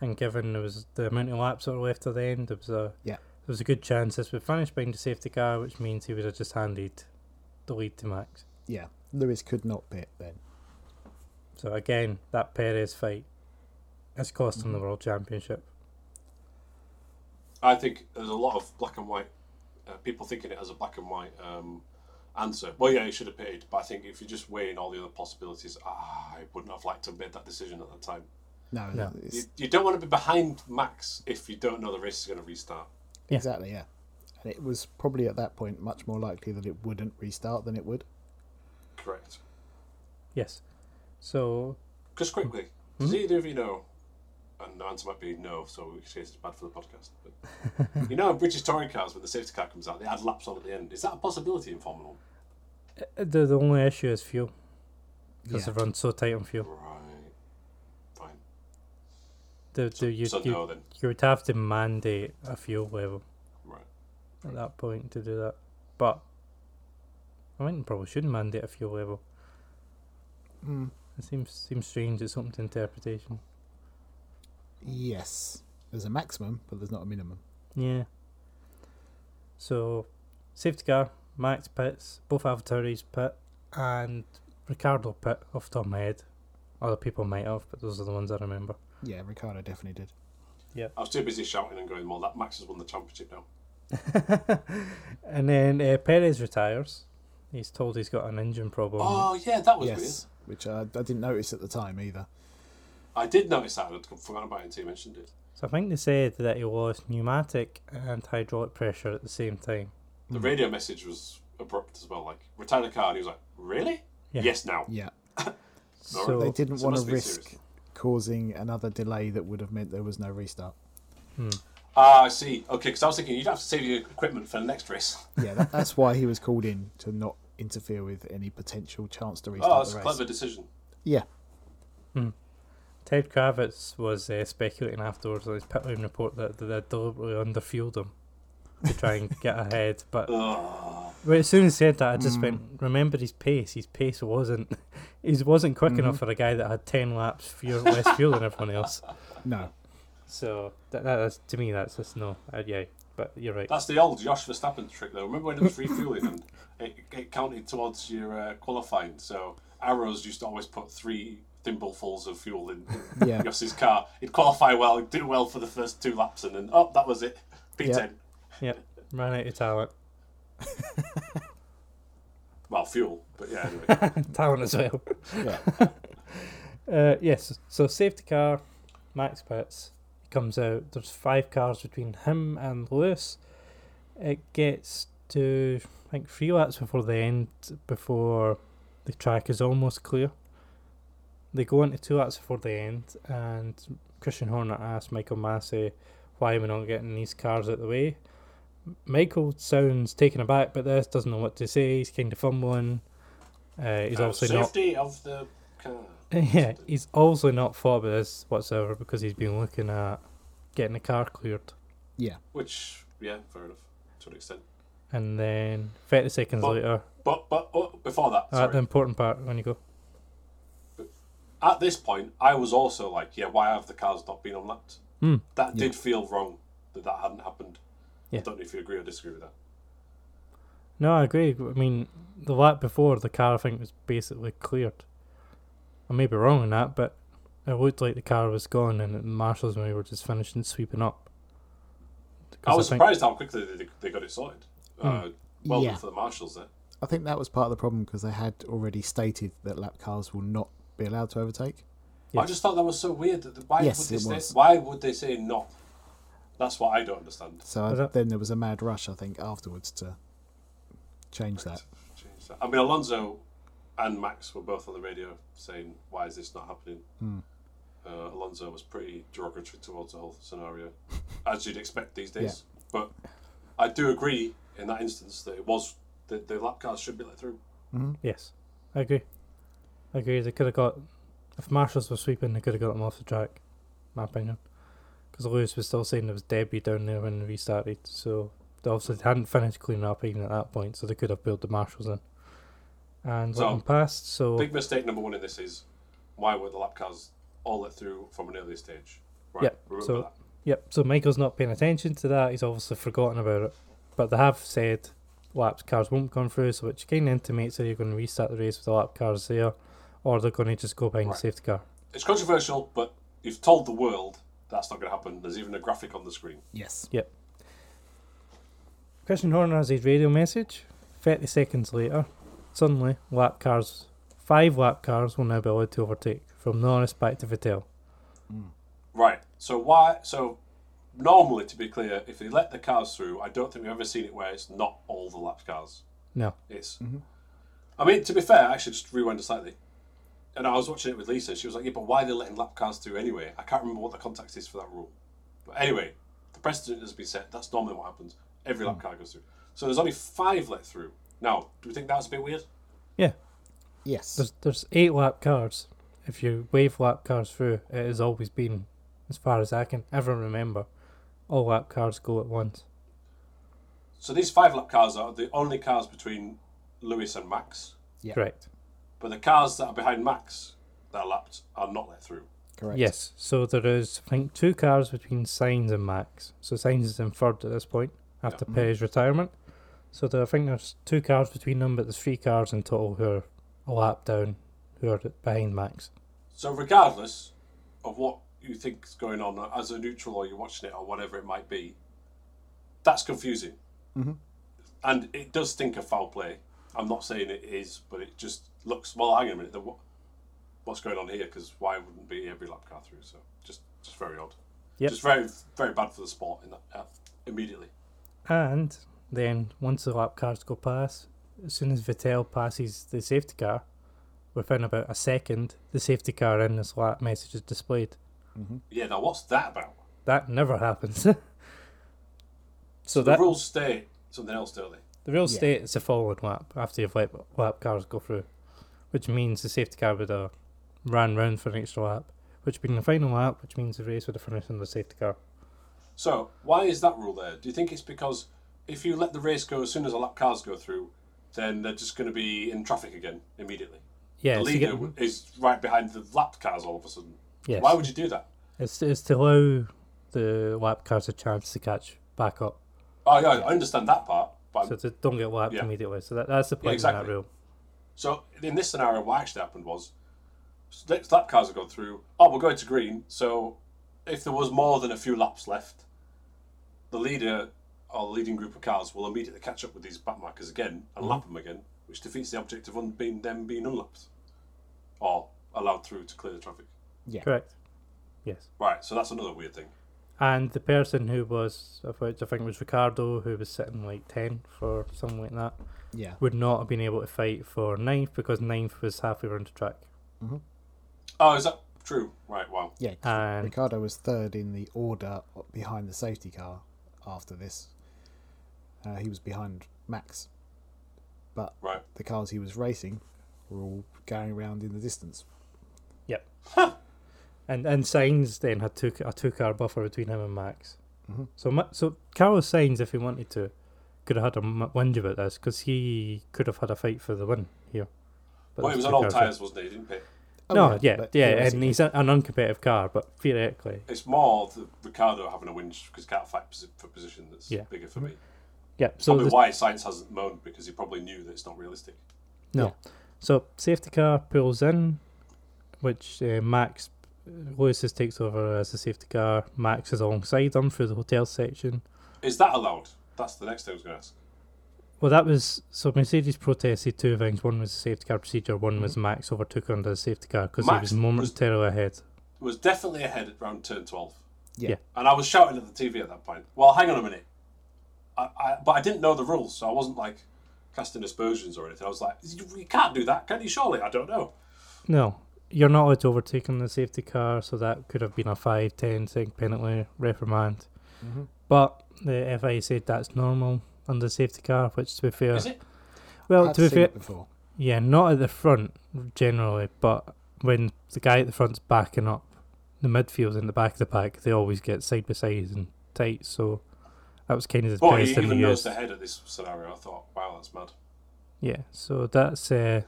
A: And given there was the amount of laps that were left at the end, there was a
C: Yeah.
A: there was a good chance this would finish behind the safety car, which means he would have just handed the lead to Max.
C: Yeah. Lewis could not pit then.
A: So again, that Perez fight has cost him the
C: Mm-hmm.
A: world championship.
B: I think there's a lot of black and white uh, people thinking it as a black and white um, answer. Well, yeah, he should have pitted, but I think if you're just weighing all the other possibilities, ah, I wouldn't have liked to have made that decision at that time.
C: No,
A: No.
B: You,
C: it's-
B: you don't want to be behind Max if you don't know the race is going to restart.
A: Yeah.
C: Exactly, yeah. And it was probably at that point much more likely that it wouldn't restart than it would.
B: Correct.
A: Yes. So
B: Just quickly, does
C: Hmm?
B: either of you know? And the answer might be no, so we say it's bad for the podcast. But you know, in British touring cars, when the safety car comes out, they add laps on at the end. Is that a possibility in Formula One?
A: uh, the the only issue is fuel because
C: Yeah.
A: they've run so tight on fuel.
B: Right. Fine.
A: The, the, you,
B: so
A: you,
B: no then.
A: you would have to mandate a fuel level.
B: Right.
A: at that point to do that. But I think they probably should mandate a fuel level. It seems seems strange. It's open to interpretation.
C: Yes. There's a maximum, but there's not a minimum.
A: Yeah. So, safety car, Max pits, both Avatari's pit, and Ricardo pit off the top of my head. Other people might have, but those are the ones I remember.
C: Yeah, Ricardo definitely did.
B: I was too busy shouting and going, well, that Max has won the championship now.
A: And then uh, Perez retires. He's told he's got an engine problem.
B: Oh, yeah, that was weird.
C: yes. Which I, I didn't notice at the time either.
B: I did notice that. I'd forgotten about it until you mentioned it.
A: So I think they said that he lost pneumatic and hydraulic pressure at the same time.
C: Hmm.
B: The radio message was abrupt as well. Like, return the car. And he was like, really?
A: Yeah.
B: Yes, now.
C: Yeah,
B: Cool.
C: they
A: So
C: didn't
B: So it
C: want to
B: must be
C: risk
B: serious.
C: causing another delay that would have meant there was no restart.
B: Ah, I see. Okay, because I was thinking you'd have to save your equipment for the next race.
C: Yeah, that, that's why he was called in to not interfere with any potential chance to restart
B: Oh, that's
C: the
B: a
C: race.
B: clever decision.
C: Yeah,
A: Ted Kravitz was uh, speculating afterwards on his pit lane report that they deliberately underfueled him to try and get ahead. But
B: Oh,
A: well, as soon as he said that, I just went, remember his pace. His pace wasn't he wasn't quick enough for a guy that had 10 laps fuel, less fuel than everyone else.
C: no,
A: So that, that that's, to me, that's just no. Uh, yeah, but you're right.
B: That's the old Josh Verstappen trick, though. Remember when it was refueling and it, it counted towards your uh, qualifying? So arrows used to always put three thimblefuls of fuel in
C: Yeah.
B: Yossi's car. He'd qualify well, he'd do well for the first two laps, and then, oh, that was it. P10.
C: Yeah.
A: Yep, ran out of talent.
B: Well, fuel, but yeah, anyway.
A: Talent as well.
C: yeah,
A: Uh, yes, so safety car, Max Pitts comes out. There's five cars between him and Lewis. It gets to, I think, three laps before the end, before the track is almost clear. They go into two laps before the end, and Christian Horner asks Michael Massey why we're not getting these cars out of the way. Michael sounds taken aback, but this doesn't know what to say. He's kind of fumbling. Uh, he's
B: Uh,
A: obviously not
B: safety of the car.
A: yeah, he's also not thought about this whatsoever because he's been looking at getting the car cleared.
C: yeah.
B: Which, yeah, fair enough, to an extent.
A: And then 30 seconds
B: But-
A: later,
B: But but oh, before that,
A: at
B: sorry.
A: the important part, when you go,
B: at this point, I was also like, yeah, why have the cars not been unlapped?
A: Hmm.
B: That did feel wrong that that hadn't happened.
A: Yeah.
B: I don't know if you agree or disagree with that.
A: No, I agree. I mean, the lap before, the car, I think, was basically cleared. I may be wrong on that, but it looked like the car was gone and the marshals when we were just finishing sweeping up.
B: I
A: 'Cause
B: was
A: think-
B: surprised how quickly they, they got it sorted. Uh, well
C: Hmm. Yeah.
B: done for the marshals there.
C: I think that was part of the problem because they had already stated that lap cars will not be allowed to overtake.
A: Yeah.
B: I just thought that was so weird. That the, why
C: Yes,
B: would they
C: it
B: say,
C: was.
B: why would they say not? That's what I don't understand.
C: So
A: Was that-
C: then there was a mad rush, I think, afterwards to change that.
B: Jeez. I mean, Alonso and Max were both on the radio saying, "Why is this not happening?" Uh, Alonso was pretty derogatory towards the whole scenario, as you'd expect these days. But I do agree in that instance that it was that the lap cars should be let through.
A: Yes, I agree. I agree. They could have got if marshals were sweeping, they could have got them off the track. My opinion, because Lewis was still saying there was debris down there when we started, so they obviously hadn't finished cleaning up even at that point, so they could have built the marshals in and
B: So,
A: let them pass. So
B: Big mistake number one in this is why were the lap cars all let through from an early stage? Right,
A: Yep,
B: remember
A: so-
B: that.
A: Yep, so Michael's not paying attention to that. He's obviously forgotten about it. But they have said laps cars won't come through, so which kind of intimates that you're going to restart the race with the lap cars there, or they're going to just go behind
B: Right.
A: the safety car.
B: It's controversial, but you've told the world that's not going to happen. There's even a graphic on the screen.
C: Yes.
A: Yep. Christian Horner has his radio message. 30 seconds later, suddenly, lap cars, five lap cars will now be allowed to overtake from Norris back to Vettel.
B: Right. So why? So normally, to be clear, if they let the cars through, I don't think we've ever seen it where it's not all the lap cars.
A: No.
B: It's. I mean, to be fair, I actually just rewind slightly. And I was watching it with Lisa. She was like, "Yeah, but why are they letting lap cars through anyway?" I can't remember what the context is for that rule. But anyway, the precedent has been set. That's normally what happens. Every lap car goes through. So there's only five let through. Now, do we think that's a bit weird?
A: Yeah,
C: Yes.
A: there's, there's eight lap cars. If you wave lap cars through, it has always been, as far as I can ever remember, all lap cars go at once.
B: So these five lap cars are the only cars between Lewis and Max.
C: Yeah.
A: Correct.
B: But the cars that are behind Max that are lapped are not let through.
C: Correct.
A: Yes, so there is, I think, two cars between Signs and Max. So Signs is in third at this point after Perez's retirement. So there, I think there's two cars between them, but there's three cars in total who are a lap down, who are behind Max.
B: So regardless of what you think is going on as a neutral or you're watching it or whatever it might be, that's confusing.
A: Mm-hmm.
B: And it does think of foul play. I'm not saying it is, but it just looks. Well, hang on a minute. the- what- What's going on here? Because why wouldn't be every lap car through? So just, just very odd.
A: Yep.
B: Just very, very bad for the sport in that uh, immediately.
A: And then once the lap cars go past, as soon as Vettel passes the safety car, within about a second, the safety car in this lap message is displayed.
B: Yeah, now what's that about?
A: That never happens. so
B: The
A: that
B: rules state something else, don't they?
A: the real
C: Yeah.
A: state is a following lap after you've let lap cars go through, which means the safety car would have ran round for an extra lap, which being the final lap, which means the race would have finished in the safety car.
B: So why is that rule there? Do you think it's because if you let the race go as soon as the lap cars go through, then they're just going to be in traffic again immediately?
A: Yeah,
B: The
A: it's to
B: leader
A: get,
B: is right behind the lap cars all of a sudden.
A: yes.
B: Why would you do that?
A: it's, it's to allow the lap cars a chance to catch back up.
B: Oh, yeah, I understand that part. But
A: So they don't get lapped
B: Yeah.
A: immediately. So that, that's the point of that
B: exactly.
A: rule.
B: so in this scenario, what actually happened was the lap cars have gone through. Oh, we're going to green. So if there was more than a few laps left, the leader or the leading group of cars will immediately catch up with these backmarkers again and
A: Mm-hmm.
B: lap them again, which defeats the object of un- being, them being unlapped or allowed through to clear the traffic.
A: Correct. Yes.
B: Right, so that's another weird thing.
A: And the person who was, of which I think was Ricardo, who was sitting like 10th or something like that,
C: Yeah.
A: would not have been able to fight for ninth because ninth was halfway around the track.
B: Oh, is that true? Right, wow.
C: Yeah. 'cause
A: And-
C: Ricardo was third in the order behind the safety car after this. Uh, he was behind Max. But
B: Right.
C: the cars he was racing were all going around in the distance.
A: Yep. and and Sainz then had two a two car buffer between him and Max.
B: Mm-hmm.
A: So Ma- so Carlos Sainz, if he wanted to, could have had a m- whinge about this because he could have had a fight for the win here. But
B: Well,
A: there's
B: it was
A: two
B: on all
A: cars
B: tyres, wasn't it? He didn't pit.
C: Oh,
A: No, yeah,
C: but
A: yeah, and
C: theoretically-
A: he's a- an uncompetitive car, but theoretically,
B: It's more the Ricardo having a whinge because he can't fight posi- for position that's
A: Yeah. Mm-hmm.
B: bigger for me.
A: yeah. So
B: Probably
A: the,
B: why science hasn't moaned because he probably knew that it's not realistic.
A: no, so safety car pulls in, which uh, Max Lewis's takes over as the safety car. Max is alongside him through the hotel section.
B: Is that allowed? That's the next thing I was going to ask.
A: Well, that was so Mercedes protested two things. One was the safety car procedure. One was Max overtook under the safety car because he
B: Mm-hmm. Max
A: was momentarily ahead.
B: It was definitely ahead at round turn 12.
C: Yeah.
A: Yeah.
B: And I was shouting at the TV at that point, well, hang on a minute. I, I, but I didn't know the rules, so I wasn't like casting aspersions or anything. I was like, you, you can't do that, can you? Surely, I don't know.
A: No, you're not allowed to overtake on the safety car, so that could have been a 5, 10 second penalty, reprimand.
B: Mm-hmm.
A: But the FIA said that's normal under safety car, which to be fair,
B: Is it?
A: well,
C: I've
A: "Oh, to be
C: seen
A: fair,
C: it before.
A: yeah, not at the front generally, but when the guy at the front's backing up, the midfield and the back of the pack, they always get side by sides and tight. So that was kind of the
B: Boy,
A: best
B: he
A: in the
B: even
A: years.
B: nosed ahead at this scenario. I thought, wow, that's mad.
A: Yeah, so that's uh,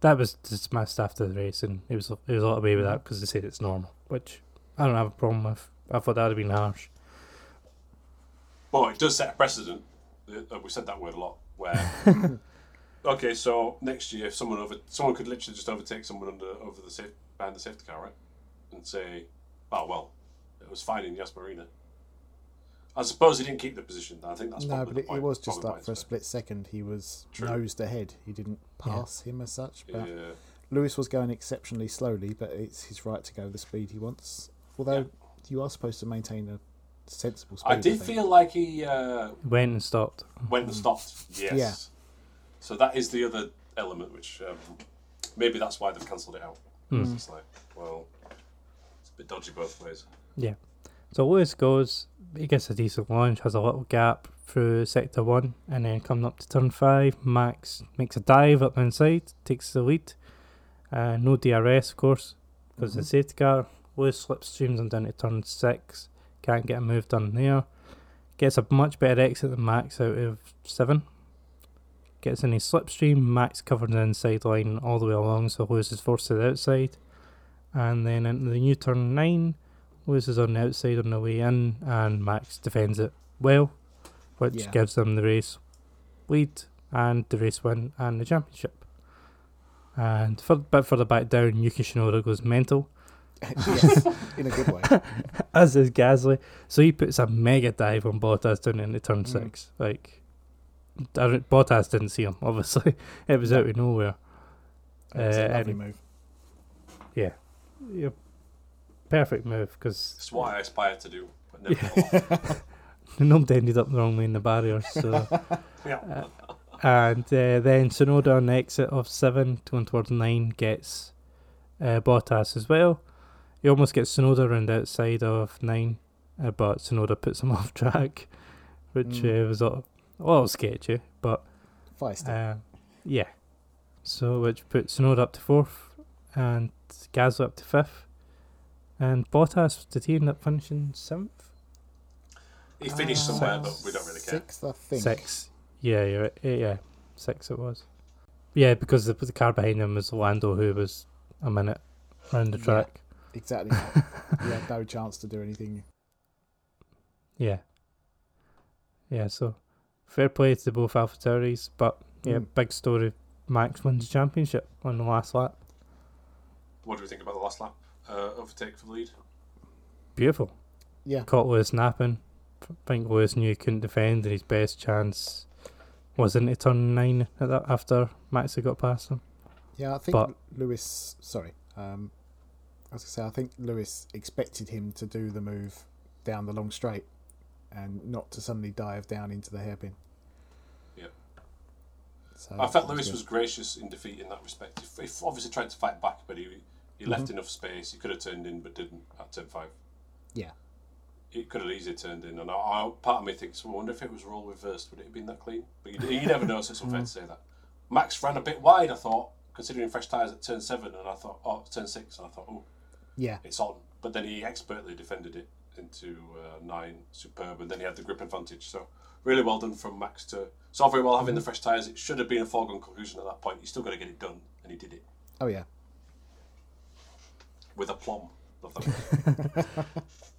A: that was dismissed after the race, and it was it was lot away with that because they said it's normal, which I don't have a problem with. I thought that'd have been harsh.
B: Well, Oh, it does set a precedent. Uh, We said that word a lot. Where okay, so next year, if someone over, someone could literally just overtake someone under over the safe behind the safety car, right, and say, "Oh well, it was fine in Yas Marina." I suppose he didn't keep the position. I think that's
C: No,
B: probably
C: but
B: the
C: it, it
B: point-
C: was just
B: probably why
C: that
B: it's
C: for a split second he was
B: True.
C: nosed ahead. He didn't pass him as such.
B: fair.
C: But
B: Yeah.
C: Lewis was going exceptionally slowly, but it's his right to go the speed he wants. Although you are supposed to maintain a sensible speed.
B: I did
C: think.
B: feel like he uh,
A: Went and stopped.
B: went and stopped. Yes.
C: Mm-hmm. Yeah.
B: So that is the other element, which um, maybe that's why they've cancelled it out.
C: Hmm.
B: Because It's like, well, it's a bit dodgy both ways.
A: Yeah. So Lewis goes, he gets a decent launch, has a little gap through sector one, and then coming up to turn five, Max makes a dive up the inside, takes the lead. Uh, no DRS, of course, because the safety car. Lewis slipstreams and down to turn six, can't get a move done there. Gets a much better exit than Max out of seven. Gets in his slipstream, Max covered the inside line all the way along, so Lewis is forced to the outside. And then into the new turn nine, Lewis is on the outside on the way in, and Max defends it well, which
C: Yeah.
A: gives them the race lead and the race win and the championship. And for, bit further back down, Yuki Shinoda goes mental,
C: yes, in a good way.
A: as is Gasly. So he puts a mega dive on Bottas down into turn six. Like, I don't- Bottas didn't see him, obviously. It was out of nowhere.
C: It was a
A: Uh,
C: lovely
A: and-
C: move.
A: Yeah. yeah. perfect move because
B: It's what I aspire to do, but never thought.
A: nobody ended up wrongly in the barriers. So.
B: Yeah.
A: And uh, then Sonoda on exit of seven, going towards nine, gets uh, Bottas as well. He almost gets Sonoda round outside of nine, uh, but Sonoda puts him off track, which uh, was a a little sketchy. But
C: Fire stick.
A: uh, yeah, so which puts Sonoda up to fourth and Gasly up to fifth, and Bottas did he end up finishing seventh?
B: He finished
C: Uh,
B: somewhere, but
C: sixth-
B: we don't really care.
C: Sixth, I think.
A: Six. Yeah, you're right. Eh, Yeah, six it was. Yeah, because the, the car behind him was Lando, who was a minute around the
C: Yeah.
A: track.
C: Exactly. you had no chance to do anything.
A: Yeah. Yeah, so fair play to both AlphaTauris, but yeah,
C: Mm.
A: big story. Max wins the championship on the last lap.
B: What do we think about the last lap? Uh, overtake for the lead.
A: Beautiful.
C: Yeah.
A: Caught Lewis napping. I think Lewis knew he couldn't defend, and his best chance was into turn nine at that after Max had got past him.
C: Yeah, I think
A: But-
C: Lewis. Sorry, um, I was gonna say I think Lewis expected him to do the move down the long straight, and not to suddenly dive down into the hairpin.
B: Yep.
C: So
B: I felt
C: that
B: Lewis
C: good.
B: was gracious in defeat in that respect. He f- obviously tried to fight back, but he he left enough space. He could have turned in, but didn't at turn five.
C: Yeah.
B: He could have easily turned in, and I, I, part of me thinks, well, I wonder if it was all reversed, would it have been that clean? But you, you never know, so it's unfair to say that. Max ran a bit wide, I thought, considering fresh tyres at turn seven, and I thought, oh, turn six, and I thought, oh,
C: Yeah.
B: it's on. But then he expertly defended it into uh, nine, superb, and then he had the grip advantage. So really well done from Max to. So very well
C: Mm-hmm.
B: having the fresh tyres. It should have been a foregone conclusion at that point. You still got to get it done, and he did it
C: Oh yeah.
B: with aplomb. Love that. word.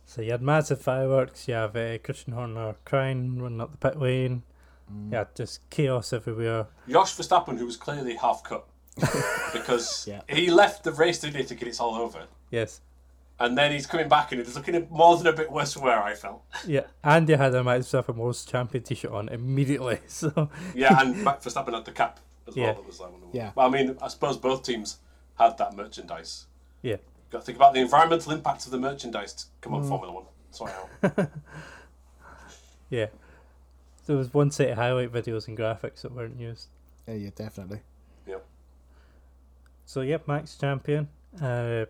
A: So you had massive fireworks. You have uh, Christian Horner crying, running up the pit lane. You had just chaos everywhere.
B: Josh Verstappen, who was clearly half cut because
C: Yeah.
B: he left the race today thinking it's all over,
A: Yes.
B: and then he's coming back and it's looking more than a bit worse for wear. I felt.
A: Yeah, and you had a Max Verstappen World Champion T-shirt on immediately. So
B: Yeah, and Max Verstappen had the cap as
A: Yeah.
B: well. That was like one of the-
C: Yeah.
B: But I mean, I suppose both teams had that merchandise.
A: yeah,
B: Got to think about the environmental impact of the merchandise. to- Come on, Formula One, sort it out.
A: yeah. There was one set of highlight videos and graphics that weren't used.
C: Yeah. Yeah. Definitely.
B: yeah.
A: So yep, Max champion. Uh,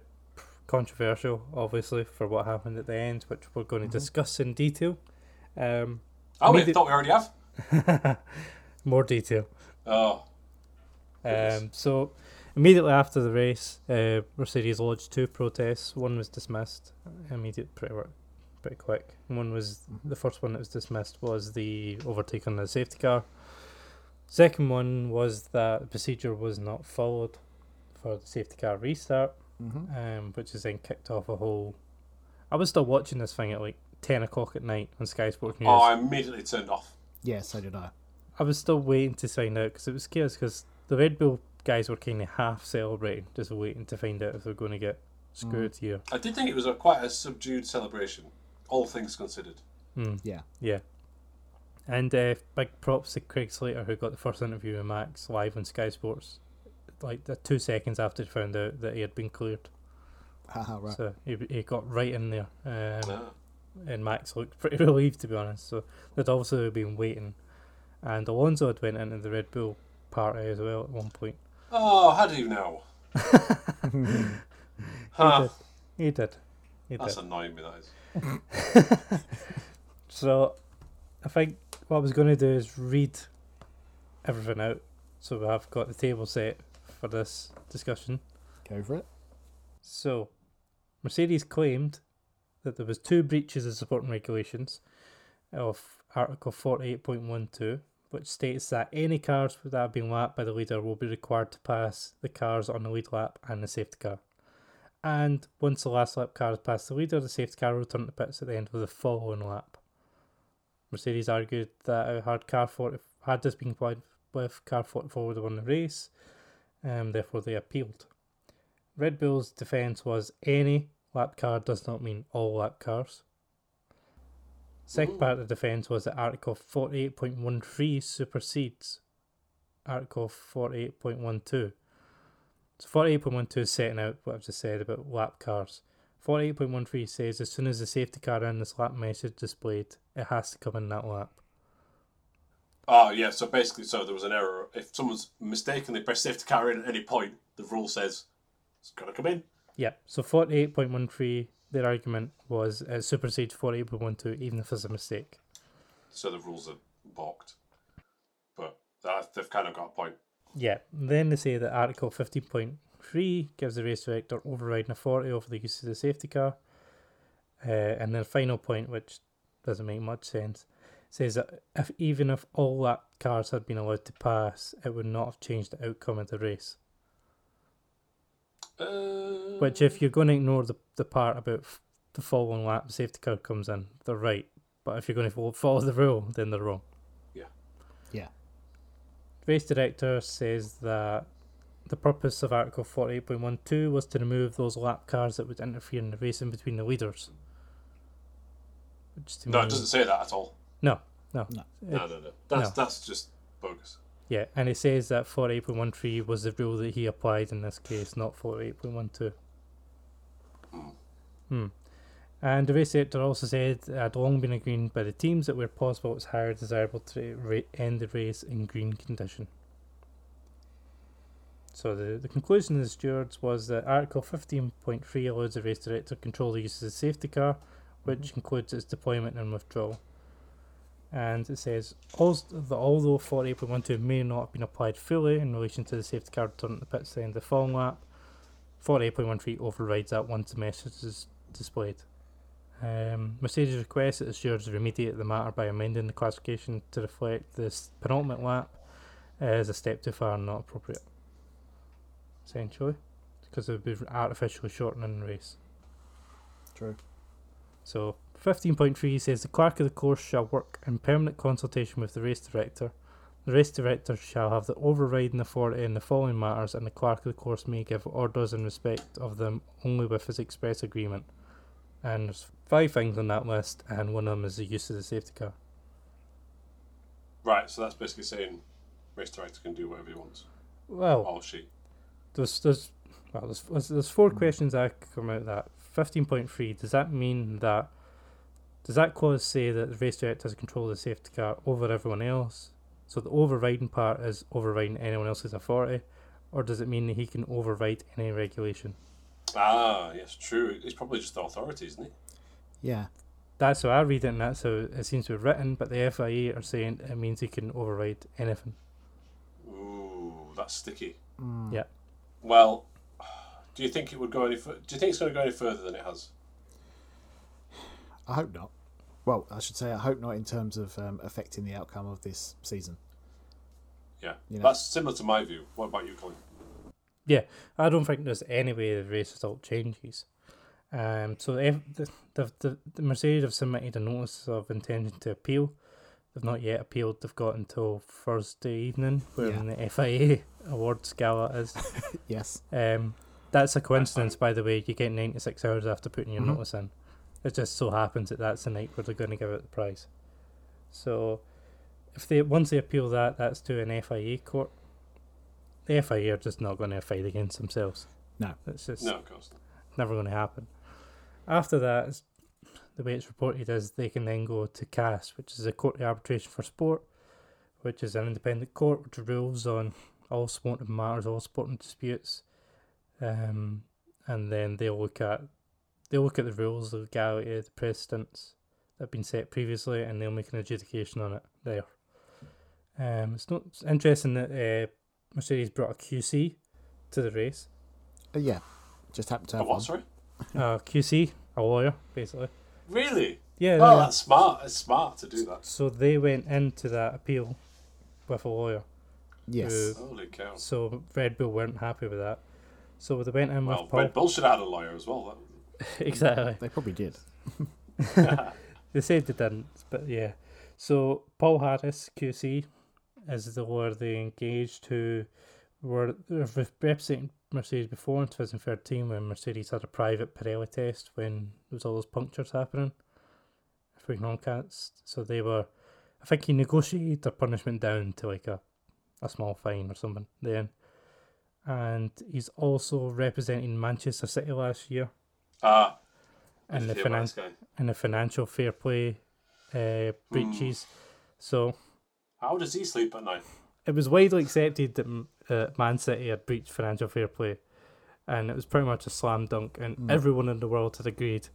A: controversial, obviously, for what happened at the end, which we're going to discuss in detail. Um,
B: Oh, we
A: Maybe-
B: thought we already have.
A: more detail.
B: Oh,
A: Um, so immediately after the race, uh, Mercedes lodged two protests. One was dismissed uh, immediate, pretty work, pretty quick. And One was the first one that was dismissed was the overtake on the safety car. Second one was that the procedure was not followed for the safety car restart,
C: Mhm.
A: um, which is then kicked off a whole. I was still watching this thing at like ten o'clock at night on Sky Sports News.
B: oh, I immediately turned off.
C: Yeah. So did I.
A: I was still waiting to find out because it was chaos because the Red Bull guys were kind of half celebrating, just waiting to find out if they're going to get screwed here.
B: I did think it was a, quite a subdued celebration, all things considered.
C: Yeah.
A: Yeah. And uh, big props to Craig Slater who got the first interview with Max live on Sky Sports, like the two seconds after he found out that he had been cleared.
C: Haha. Right.
A: So he, he got right in there, um,
B: Ah.
A: and Max looked pretty relieved to be honest. So they'd also been waiting, and Alonso had went into the Red Bull party as well at one point.
B: Oh, how do you know? huh.
A: He did. He did.
B: That's annoying me, that is.
A: So, I think what I was going to do is read everything out. So we have got the table set for this discussion.
C: Go for it.
A: So, Mercedes claimed that there was two breaches of supporting regulations of Article 48.12, which states that any cars that have been lapped by the leader will be required to pass the cars on the lead lap and the safety car. And once the last lap car has passed the leader, the safety car will return to pits at the end of the following lap. Mercedes argued that had car 40, had this been complied with, car 44 would have won the race, and therefore they appealed. Red Bull's defence was any lap car does not mean all lap cars. Second part of the defence was that Article 48.13 supersedes Article 48.12. So 48.12 is setting out what I've just said about lap cars. 48.13 says as soon as the safety car in this lap message displayed, it has to come in that lap.
B: Oh yeah, so basically, so there was an error. If someone's mistakenly pressed safety car in at any point, the rule says it's got to come in.
A: Yep. So 48.13, their argument was it supersedes 48.12 even if there's a mistake.
B: So the rules are balked. But that, they've kind of got a point.
A: Yeah. Then they say that Article 15.3 gives the race director overriding authority over the use of the safety car. Uh, and their final point, which doesn't make much sense, says that if even if all lap cars had been allowed to pass, it would not have changed the outcome of the race.
B: Uh,
A: Which, if you're going to ignore the, the part about f- the following lap, the safety car comes in, they're right. But if you're going to follow, follow the rule, then they're wrong.
B: Yeah.
C: Yeah.
A: Race director says that the purpose of Article 48.12 was to remove those lap cars that would interfere in the racing between the leaders. Which to
B: No,
A: me-
B: it doesn't say that at all.
A: No, no.
B: No, no, no. That's that's just bogus.
A: Yeah, and it says that 48.13 was the rule that he applied in this case, not 48.12. Hmm. And the race director also said it had long been agreed by the teams that where possible it was higher desirable to ra- end the race in green condition. So the, the conclusion of the stewards was that Article 15.3 allows the race director control the use of the safety car, which includes its deployment and withdrawal and it says "Als- that although 48.12 may not have been applied fully in relation to the safety car return to the pits at the end of the following lap, 48.13 overrides that once the message is displayed. Um, Mercedes requests that the stewards remediate the matter by amending the classification to reflect this penultimate lap as a step too far and not appropriate. Essentially, because it would be artificially shortening the race.
C: True.
A: So, 15.3 says the clerk of the course shall work in permanent consultation with the race director. The race director shall have the overriding authority in the following matters, and the clerk of the course may give orders in respect of them only with his express agreement. And there's five things on that list, and one of them is the use of the safety car.
B: Right. So that's basically saying race director can do whatever he wants. Oh,
A: Well,
B: Or she.
A: there's there's well there's there's, there's four questions that come out of that. 15.3 does that mean that does that clause say that the race director has control of the safety car over everyone else? So the overriding part is overriding anyone else's authority, or does it mean that he can override any regulation?
B: Ah, yes, true. It's probably just the authority, isn't it?
C: Yeah.
A: That's how I read it, and that's how it seems to be written. But the FIA are saying it means he can override anything.
B: Ooh, that's sticky.
A: Yeah.
B: Well, do you think it would go any? Fu- do you think it's going to go any further than it has?
C: I hope not. Well, I should say I hope not in terms of um, affecting the outcome of this season.
B: Yeah,
C: You know.
B: that's similar to my view. What about you, Colin?
A: Yeah, I don't think there's any way the race result changes. Um, so if the, the, the, the Mercedes have submitted a notice of intention to appeal. They've not yet appealed. They've got until Thursday evening when the FIA awards gala is.
C: Yes.
A: Um, that's a coincidence, by the way. You get 96 hours after putting your notice in. It just so happens that that's the night where they're going to give out the prize. So, if they once they appeal that, that's to an FIA court. The FIA are just not going to fight against themselves.
C: No.
A: It's just
B: No, of course. not.
A: never going to happen. After that, it's, the way it's reported is they can then go to CAS, which is the Court of Arbitration for Sport, which is an independent court which rules on all sporting matters, all sporting disputes, um, and then they'll look at they will look at the rules, the legality, the precedents that have been set previously, and they'll make an adjudication on it there. Um, it's not it's interesting that uh, Mercedes brought a QC to the race.
C: Uh, yeah. Just happened to
B: Oh,
C: have
B: what?
C: one.
B: Sorry.
A: Uh, QC, a lawyer, basically.
B: Really?
A: Yeah.
B: Oh,
A: they-
B: that's smart. It's smart to do that.
A: So they went into that appeal with a lawyer.
C: Yes.
B: Holy cow.
A: So Red Bull weren't happy with that. So they went in
B: Well,
A: with Paul.
B: Red Bull should have had a lawyer as well.
A: exactly.
C: They probably did.
A: They said they didn't, but yeah. So Paul Harris QC is the lawyer they engaged who were re- representing Mercedes before in 2013 when Mercedes had a private Pirelli test when there was all those punctures happening for Comcast. So they were, I think he negotiated their punishment down to like a, a small fine or something then. And he's also representing Manchester City last year
B: Ah,
A: and the
B: Yeah,
A: finan-
B: Max guy.
A: and the financial fair play uh, breaches. So
B: How does he sleep at night?
A: it was widely accepted that M- uh, Man City had breached financial fair play, and it was pretty much a slam dunk, and everyone in the world had agreed.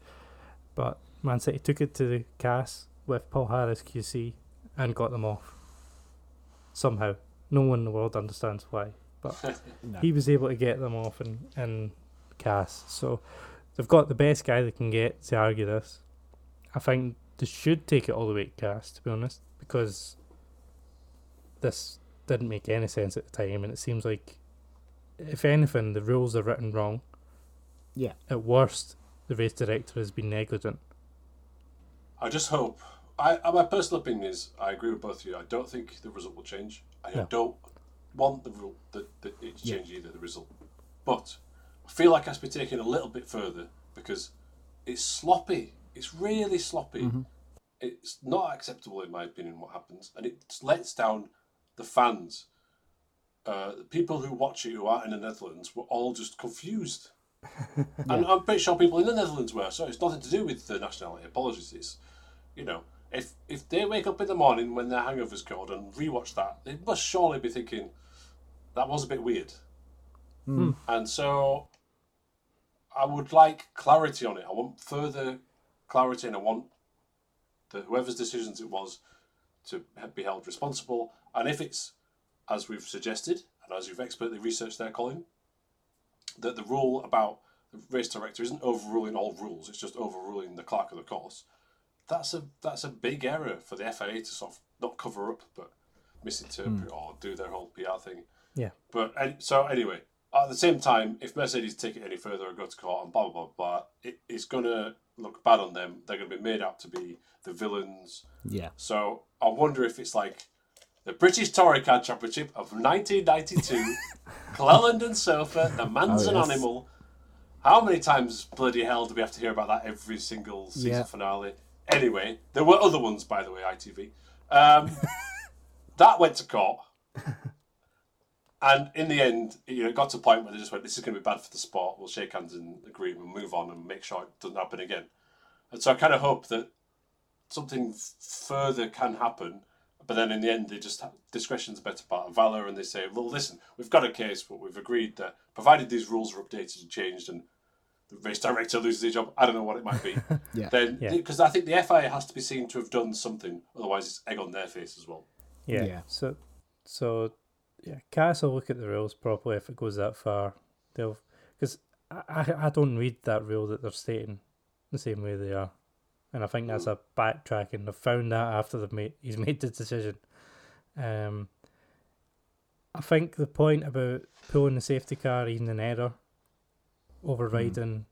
A: But Man City took it to the CAS with Paul Harris QC and got them off. Somehow, no one in the world understands why, but
C: No.
A: he was able to get them off in in CAS. So they've got the best guy they can get to argue this. I think they should take it all the way to CAS, to be honest, because this didn't make any sense at the time, and it seems like, if anything, the rules are written wrong.
C: Yeah.
A: At worst, the race director has been negligent.
B: I just hope. I, I- my personal opinion is I agree with both of you. I don't think the result will change. I
A: No.
B: don't want the rule that, that it to
C: Yeah.
B: change either. The result, but I feel like it has to be taken a little bit further because it's sloppy. It's really sloppy. It's not acceptable in my opinion what happens, and it lets down the fans. Uh, the people who watch it who aren't in the Netherlands were all just confused. And I'm pretty sure people in the Netherlands were, so it's nothing to do with the nationality. Apologies, it's you know, if if they wake up in the morning when their hangover's cured and rewatch that, they must surely be thinking that was a bit weird. And so, I would like clarity on it. I want further clarity, and I want the whoever's decisions it was to ha- be held responsible. And if it's as we've suggested, and as you've expertly researched there, Colin, that the rule about the race director isn't overruling all rules; it's just overruling the clerk of the course that's a that's a big error for the FAA to sort of not cover up, but
C: Hmm.
B: misinterpret or do their whole PR thing.
A: Yeah.
B: But and, so anyway, at the same time, if Mercedes take it any further or go to court and blah blah blah blah, it, it's gonna look bad on them. They're gonna be made out to be the villains.
C: Yeah.
B: So I wonder if it's like the British Touring Car Championship of 1992, Cleland and Sofa, the man's
C: Oh,
B: an
C: yes.
B: animal. How many times bloody hell do we have to hear about that every single season
C: Yeah.
B: finale? Anyway, there were other ones, by the way, ITV. Um, that went to court. And in the end, you know, it got to a point where they just went, this is going to be bad for the sport. We'll shake hands and agree and move on and make sure it doesn't happen again. And so I kind of hope that something f- further can happen. But then in the end, they just have discretion's the better part of valor, and they say, "Well, listen, we've got a case, but we've agreed that provided these rules are updated and changed, and the race director loses his job, I don't know what it might be."
C: Yeah.
B: Then,
A: Yeah.
B: because I think the FIA has to be seen to have done something, otherwise it's egg on their face as well.
A: Yeah.
C: Yeah.
A: So, so yeah, Cass will look at the rules properly if it goes that far. They'll because I, I I don't read that rule that they're stating the same way they are, and I think that's a backtracking. They've found that after they've made he's made the decision. Um, I think the point about pulling the safety car even in error, overriding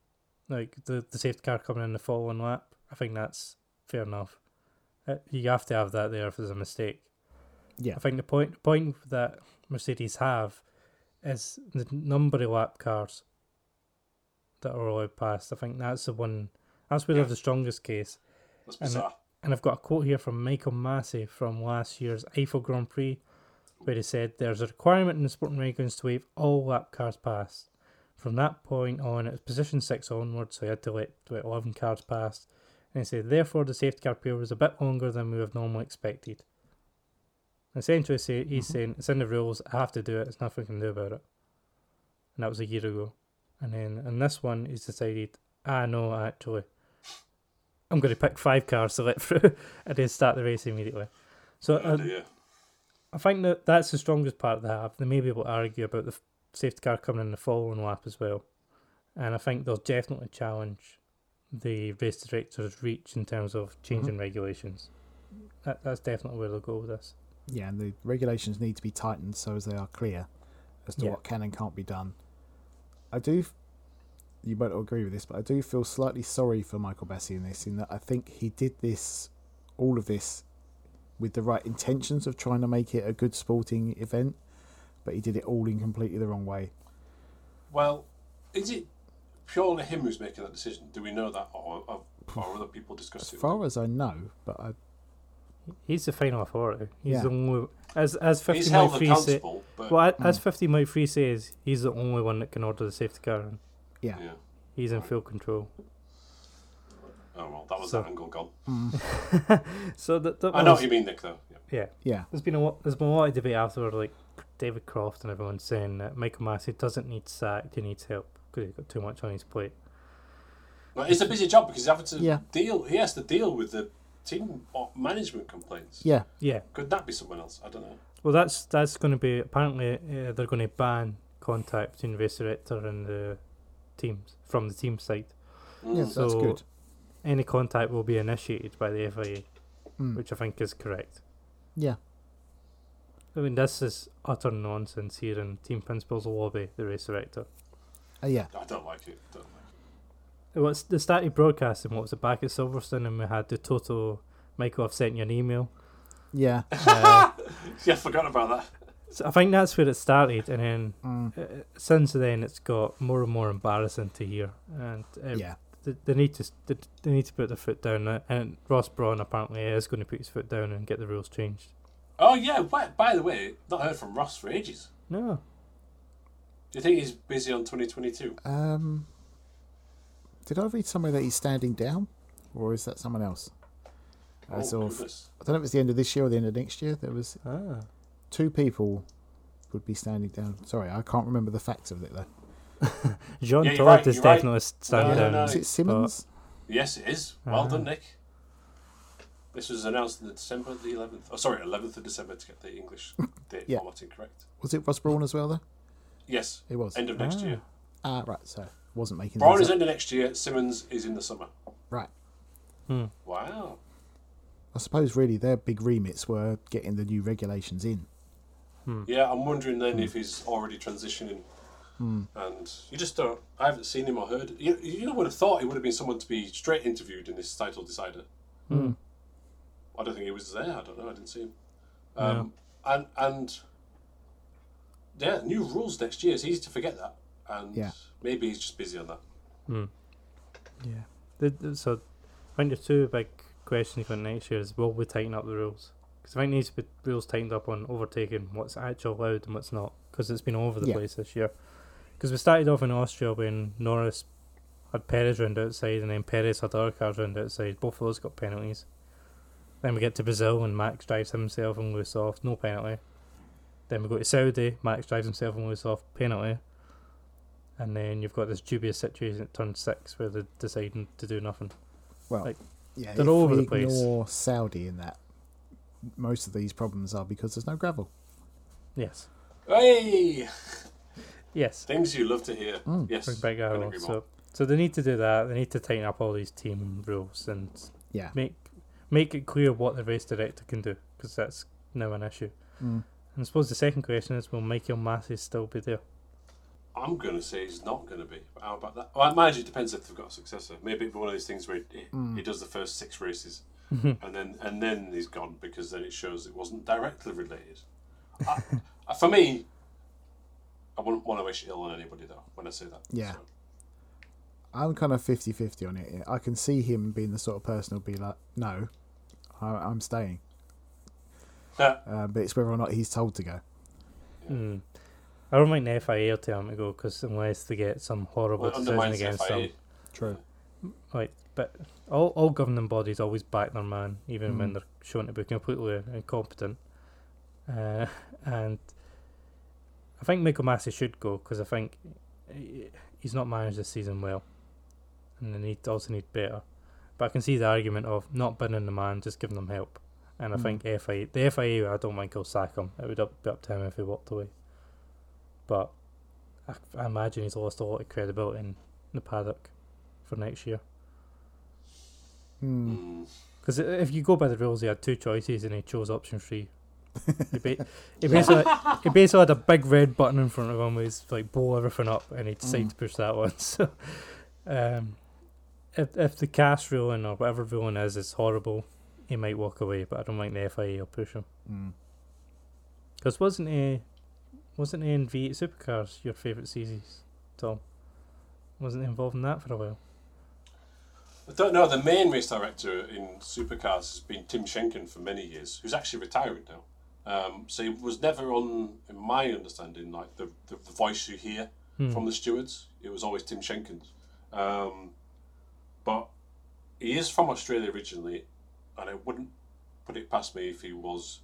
A: like the the safety car coming in the following lap, I think that's fair enough. Uh, You have to have that there if there's a mistake. I
C: Yeah.
A: think the point the point that Mercedes have is the number of lap cars that are allowed past. I think that's the one. That's where they have the strongest case.
B: That's
A: And, uh,
B: bizarre.
A: and I've got a quote here from Michael Massey from last year's Eiffel Grand Prix, where he said, "There's a requirement in the sporting regulations to waive all lap cars past. From that point on, it was position six onwards, so he had to let about eleven cars past." And he said, "Therefore, the safety car period was a bit longer than we would have normally expected." Essentially, say, he's saying it's in the rules. I have to do it. There's nothing I can do about it. And that was a year ago. And then in this one, he's decided, ah, no, actually, I'm going to pick five cars to let through, and then start the race immediately. So uh,
B: yeah.
A: I think that that's the strongest part they have. They may be able to argue about the f- safety car coming in the following lap as well. And I think they'll definitely challenge the race director's reach in terms of changing regulations. That, that's definitely where they'll go with this.
C: Yeah, and the regulations need to be tightened so as they are clear as to
A: Yeah.
C: what can and can't be done. I do, f- you won't agree with this, but I do feel slightly sorry for Michael Bessie in this, in that I think he did this, all of this, with the right intentions of trying to make it a good sporting event, but he did it all in completely the wrong way.
B: Well, is it purely him who's making that decision? Do we know that, or or, or other people
C: As
B: discussing? it?
C: far as I know, but I,
A: He's the final authority. He's
C: Yeah.
A: the only as as
B: He's
A: fifty mile
B: held
A: free say,
B: accountable, but
A: well a- as fifty mile free says he's the only one that can order the safety car. and
C: yeah,
B: yeah.
A: He's in full control.
B: Oh well, that was
A: So-
B: that angle gone.
A: So that, that
B: I know
A: was-
B: what you mean, Nick. Though. Yeah.
A: yeah.
C: Yeah.
A: There's been a lot, there's been a lot of debate afterward, like David Croft and everyone saying that Michael Massey doesn't need sacked, he needs help because he's got too much on his plate.
B: Now, it's a busy job because he's having to
C: Yeah.
B: deal. He has to deal with the team or management complaints.
C: Yeah.
A: Yeah,
B: Could that be someone else? I don't know.
A: well, that's that's going to be apparently uh, they're going to ban contact between the race director and the teams from the team side.
C: Yeah,
B: Mm.
C: that's
A: So-
C: good.
A: Any contact will be initiated by the FIA,
C: Mm.
A: which I think is correct.
C: Yeah.
A: I mean, this is utter nonsense here, and team principals lobby the race director.
C: Uh, yeah.
B: I don't like it. Don't like it.
A: It was they started broadcasting. What was it back at Silverstone, and we had the Toto Michael. I've sent you an email.
C: Yeah.
B: Yeah, I forgot about that.
A: So I think that's where it started, and then uh, since then it's got more and more embarrassing to hear, and it,
C: Yeah.
A: th- they need to s- th- they need to put their foot down. uh, And Ross Brawn apparently is going to put his foot down and get the rules changed.
B: Oh yeah. By, by the way, not heard from Ross for ages.
A: No,
B: Do you think he's busy on 2022?
C: Um, did I read somewhere that he's standing down, or is that someone else? I
B: oh,
C: saw. I
B: goodness.
C: don't know if it's the end of this year or the end of next year. There was
A: ah,
C: two people would be standing down. Sorry, I can't remember the facts of it though.
A: John
B: Yeah, you're
A: Todd
B: right,
A: is
B: you're right.
A: definitely standing
B: No, no,
A: down.
B: no.
C: Is it Simmons?
B: Yes, it is. Well done, Nick. This was announced on the December the 11th. Oh, sorry, 11th of December to get the English date
C: Yeah.
B: formatting correct.
C: Was it Ross Brawn as well though?
B: Yes,
C: It was.
B: end of next year.
C: Ah, right. So wasn't making.
B: Brown
C: things
B: is
C: up.
B: end of next year. Simmons is in the summer.
C: Right.
B: Wow.
C: I suppose really their big remits were getting the new regulations in.
B: Yeah, I'm wondering then if he's already transitioning. And you just don't. I haven't seen him or heard. You, you would have thought it would have been someone to be straight interviewed in this title decider. I don't think he was there. I don't know. I didn't see him. Um, And and yeah, new rules next year. It's easy to forget that. And
C: Yeah.
B: maybe he's just busy on that.
C: Yeah.
A: The- the- So, I think the two big questions going next year is will we tighten up the rules? Because I think these be- rules tightened up on overtaking what's actually allowed and what's not, because it's been all over the
C: Yeah.
A: place this year. Because we started off in Austria when Norris had Perez round outside, and then Perez had other cars round outside. Both of those got penalties. Then we get to Brazil and Max drives himself and loose off, no penalty. Then we go to Saudi, Max drives himself and loose off, penalty. And then you've got this dubious situation at turn six where they're deciding to do nothing.
C: Well,
A: Like,
C: yeah,
A: they're
C: if
A: all over
C: we
A: the place.
C: Ignore Saudi in that. Most of these problems are because there's no gravel.
A: Yes.
B: Hey,
A: Yes.
B: things you love to hear. Yes,
A: Bring back
B: couldn't
A: Arrow.
B: agree more.
A: So, so they need to do that. They need to tighten up all these team rules and
C: Yeah.
A: make make it clear what the race director can do because that's now an issue. And I suppose the second question is, will Michael Massey still be there?
B: I'm going to say he's not going to be. But how about that? Well, mind you, it depends if they've got a successor. Maybe it'd be one of these things where he, he does the first six races, and then and then he's gone because then it shows it wasn't directly related. I, I- for me, I wouldn't want to wish ill on anybody though. When I say that,
C: Yeah.
B: So,
C: I'm kind of 50 50 on it. I can see him being the sort of person who'll be like, no, I, I'm staying.
B: yeah.
C: Uh, but it's whether or not he's told to go.
A: Hmm. I don't think the FIA will tell him to go because unless they get some horrible
B: Well, it
A: decision
B: undermines
A: against
B: FIA.
A: them,
C: True.
A: like but all, all governing bodies always back their man even when they're shown to be completely incompetent uh, and I think Michael Massey should go because I think he- he's not managed this season well and they need also need better but I can see the argument of not binning the man just giving them help and I think FIA the FIA I don't think he'll sack him it would up, be up to him if he walked away but I, I imagine he's lost a lot of credibility in the paddock for next year
C: Hmm,
B: Mm.
A: Because if you go by the rules, he had two choices and he chose option three. He, ba- he, basically, he basically had a big red button in front of him, which like blow everything up, and he decided to push that one. So, um, if if the cast ruling or whatever ruling is is horrible, he might walk away. But I don't think the FIA will push him. Because wasn't he, wasn't he in V8 Supercars your favourite seasons, Tom? Wasn't he involved in that for a while?
B: I don't know. The main race director in supercars has been Tim Schenken for many years, who's actually retiring now. Um, so he was never on, in my understanding, like the, the, the voice you hear from the stewards. It was always Tim Schenken. Um, but he is from Australia originally, and I wouldn't put it past me if he was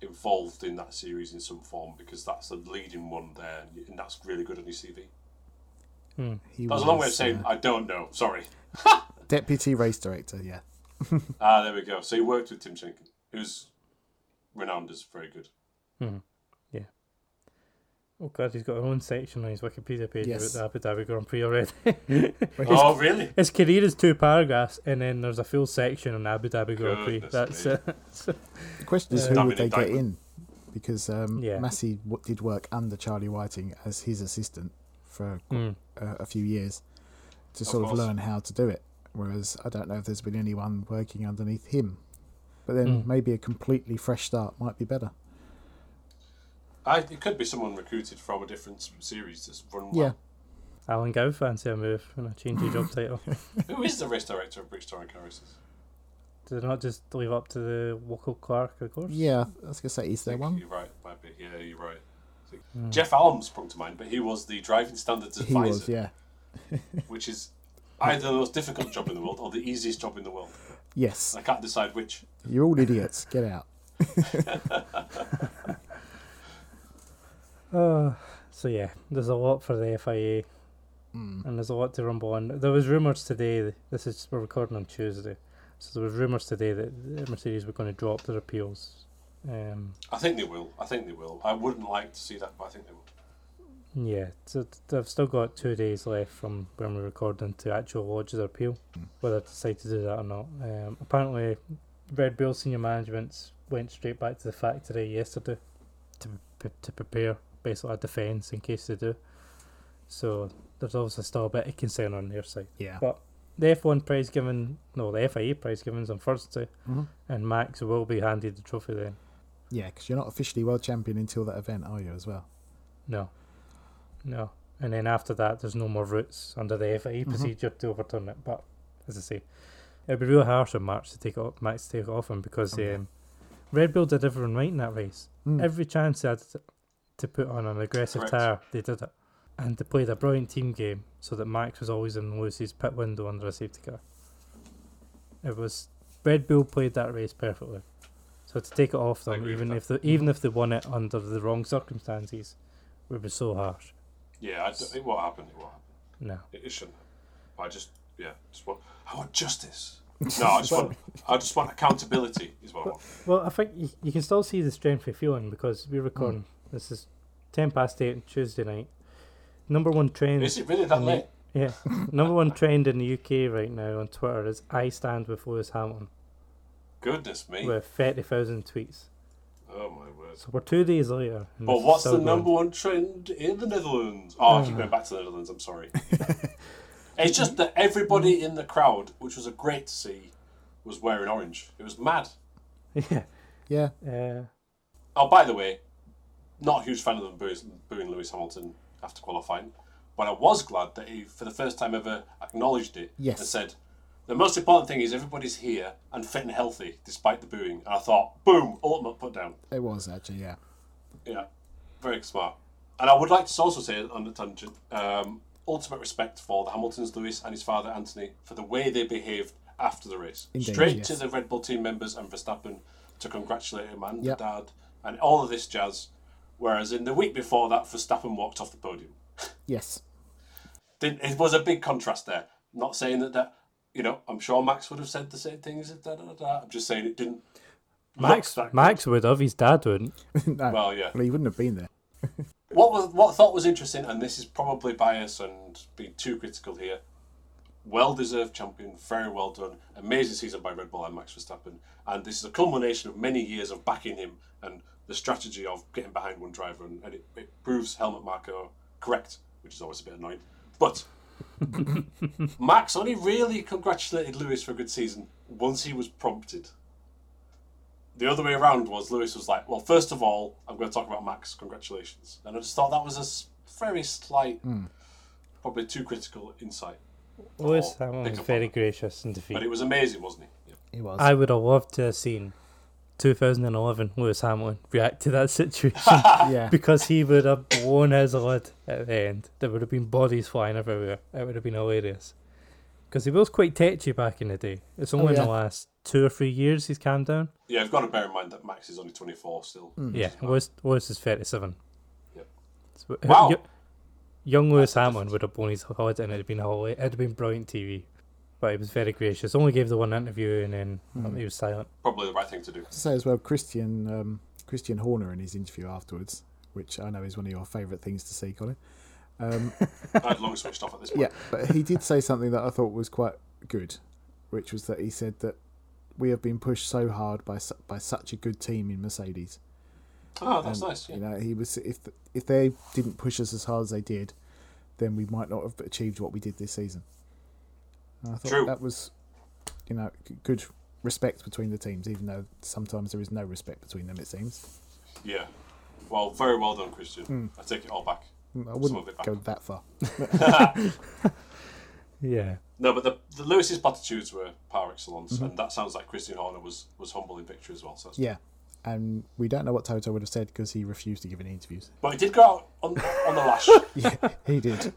B: involved in that series in some form because that's the leading one there, and- and that's really good on his CV.
C: He
B: That's
C: was uh,
B: a long way of saying I don't know. Sorry.
C: deputy race director. Yeah,
B: Ah, there we go. So he worked with Tim Schenken, who's renowned as very good.
A: Oh god, he's got his own section on his Wikipedia page
C: Yes.
A: about the Abu Dhabi Grand Prix already.
B: oh, really?
A: his career is two paragraphs, and then there's a full section on Abu Dhabi Grand Prix.
B: Goodness
A: That's
B: me.
A: it.
C: the question is
B: Yeah.
C: who
B: Damn
C: would
B: it,
C: they get in?
B: indictment.
C: Because um,
A: Yeah.
C: Massey w- did work under Charlie Whiting as his assistant for qu-
A: Mm.
C: uh, a few years to sort of,
B: course.
C: learn how to do it. Whereas I don't know if there's been anyone working underneath him. But then
A: Mm.
C: maybe a completely fresh start might be better.
B: I, it could be someone recruited from a different series that's run
C: Yeah.
B: well.
A: Alan Gow fancy a move and a change of job title.
B: Who is the race director of British Touring Car Races?
A: Did they not just leave up to the local clerk, of course?
C: Yeah, I was gonna say, is there
B: think
C: one?
B: You're right. Might be. Yeah, you're right. I think- Jeff Alm sprung to mind, but he was the driving standards
C: Hmm. He
B: advisor,
C: was, yeah.
B: which is either the most difficult job in the world or the easiest job in the world.
C: Yes,
B: I can't decide which.
C: you're all idiots. Get out.
A: Uh, so yeah, there's a lot for the FIA,
C: Mm,
A: and there's a lot to rumble on. There was rumours today. This is we're recording on Tuesday, so there was rumours today that Mercedes were going to drop their appeals. Um,
B: I think they will. I think they will. I wouldn't like to see that, but I think they would.
A: yeah, so th- they've still got two days left from when we're recording to actual lodge their appeal, whether they decide to do that or not. Um, apparently, Red Bull senior managements went straight back to the factory yesterday to p- to prepare basically a defence in case they do. So there's obviously still a bit of concern on their side.
C: Yeah.
A: But the F1 prize giving, no, the FIA prize giving's on Thursday,
C: Mhm.
A: and Max will be handed the trophy then.
C: Yeah, because you're not officially world champion until that event, are you, as well?
A: No, no. And then after that, there's no more routes under the FIA procedure to overturn it. But as I say, it'd be real harsh on Max to take it off, Max to take it off him because um, Red Bull did everyone right in that race. Every chance they had to, to put on an aggressive
B: Correct.
A: tire, they did it. And they played a brilliant team game so that Max was always in Lewis's pit window under a safety car. It was Red Bull played that race perfectly. So to take it off them,
B: agree with
A: even
B: that.
A: if they, even if they won it under the wrong circumstances, would be so harsh.
B: Yeah, I d it won't happen. It won't happen.
A: No.
B: It, it shouldn't. I just, yeah, just want. I want justice. No, I just want. I just want accountability. Is what I want.
A: Well, I think you, you can still see the strength of feeling because we're recording. This is ten past eight on Tuesday night. Number one trend.
B: Is it really that late?
A: Yeah. number one trend in the UK right now on Twitter is "I stand with Lewis Hamilton"
B: Goodness me!
A: with thirty thousand tweets.
B: Oh my word.
A: So we're two days later. and
B: But
A: this is
B: what's
A: still
B: the
A: going.
B: number one trend in the Netherlands? Oh, I keep going back to the Netherlands. I'm sorry. it's just that everybody in the crowd, which was a great to see, was wearing orange. It was mad.
A: Yeah.
C: Yeah.
A: Uh,
B: Oh, by the way, not a huge fan of them booing, booing Lewis Hamilton after qualifying, but I was glad that he, for the first time ever, acknowledged it
C: Yes.
B: and said, "The most important thing is everybody's here and fit and healthy, despite the booing." And I thought, boom, ultimate put down.
C: It was actually, yeah.
B: Yeah, very smart. And I would like to also say on the tangent, um, ultimate respect for the Hamiltons, Lewis, and his father Anthony for the way they behaved after the race.
C: Indeed,
B: Straight
C: yes.
B: to the Red Bull team members and Verstappen to congratulate him and
C: Yep.
B: the dad and all of this jazz. Whereas in the week before that, Verstappen walked off the podium.
C: Yes.
B: Didn't, it was a big contrast there. Not saying that that you know, I'm sure Max would have said the same things. if Da, da, da, da. I'm just saying it didn't.
A: Max.
B: look that
A: Max would have. His dad wouldn't.
C: no. Well,
B: Well, yeah.
C: he wouldn't have been there.
B: What was what I thought was interesting, and this is probably bias and being too critical here. Well deserved champion, very well done, amazing season by Red Bull and Max Verstappen, and this is a culmination of many years of backing him and the strategy of getting behind one driver, and, and it, it proves Helmut Marko correct, which is always a bit annoying. But Max only really congratulated Lewis for a good season once he was prompted the other way around was Lewis was like, well, first of all, I'm going to talk about Max. Congratulations. And I just thought that was a s- very slight, probably too critical insight.
A: Lewis
B: Oh,
A: Hamilton
B: pick
A: was
B: up
A: very
B: on
A: gracious in
B: But
A: defeat.
B: it was amazing, wasn't he? Yeah.
C: He was.
A: I would have loved to have seen 2011 Lewis Hamilton react to that situation.
C: yeah.
A: because he would have blown his lid at the end. There would have been bodies flying everywhere. It would have been hilarious. because he was quite tetchy back in the day. It's only in
C: yeah.
A: the last two or three years he's calmed down.
B: Yeah, I've got to bear in mind that Max is only 24 still.
A: Yeah, Lewis, Lewis is 37.
B: Yep.
A: So,
B: Wow.
A: y- Young Lewis Hamlin would have blown his holiday and it'd have been a holiday. It'd have been brilliant TV. But he was very gracious. Only gave the one interview and then um, he was silent.
B: Probably the right thing to do.
C: to say as well, Christian um, Christian Horner in his interview afterwards, which I know is one of your favourite things to see, Colin. Um,
B: I'd long switched off at this point.
C: Yeah, but he did say something that I thought was quite good, which was that he said that we have been pushed so hard by su- by such a good team in Mercedes.
B: Oh, that's nice. Yeah.
C: You know, he was if if they didn't push us as hard as they did, then we might not have achieved what we did this season. And I thought
B: True.
C: that was, you know, g- good respect between the teams, even though sometimes there is no respect between them. It seems
B: yeah. Well, very well done, Christian. I take it all back.
C: I
B: Some
C: wouldn't
B: of it back.
C: go that far.
A: Yeah.
B: No, but the, the Lewis's platitudes were par excellence, and that sounds like Christian Horner was, was humble in picture as well. So that's
C: Mm-hmm. Yeah, and we don't know what Toto would have said because he refused to give any interviews.
B: But he did go out on, on the lash.
C: yeah, he did.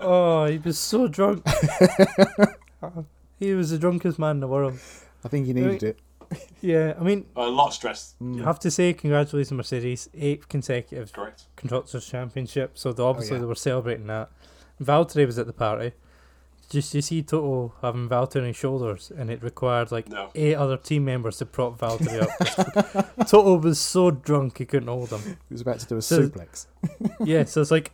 A: Oh, he was so drunk. he was the drunkest man in the world.
C: I think he needed it. Mm.
A: Yeah, I mean,
B: a lot of stress.
A: I
B: Yeah,
A: have to say, congratulations, Mercedes. Eighth consecutive
B: correct.
A: Constructors' Championship. So they, obviously
C: yeah.
A: they were celebrating that. Valtteri was at the party. Just you see Toto having Valtteri on his shoulders, and it required like
B: No.
A: eight other team members to prop Valtteri up. Toto was so drunk he couldn't hold him.
C: He was about to do a
A: So-
C: suplex.
A: Yeah, so it's like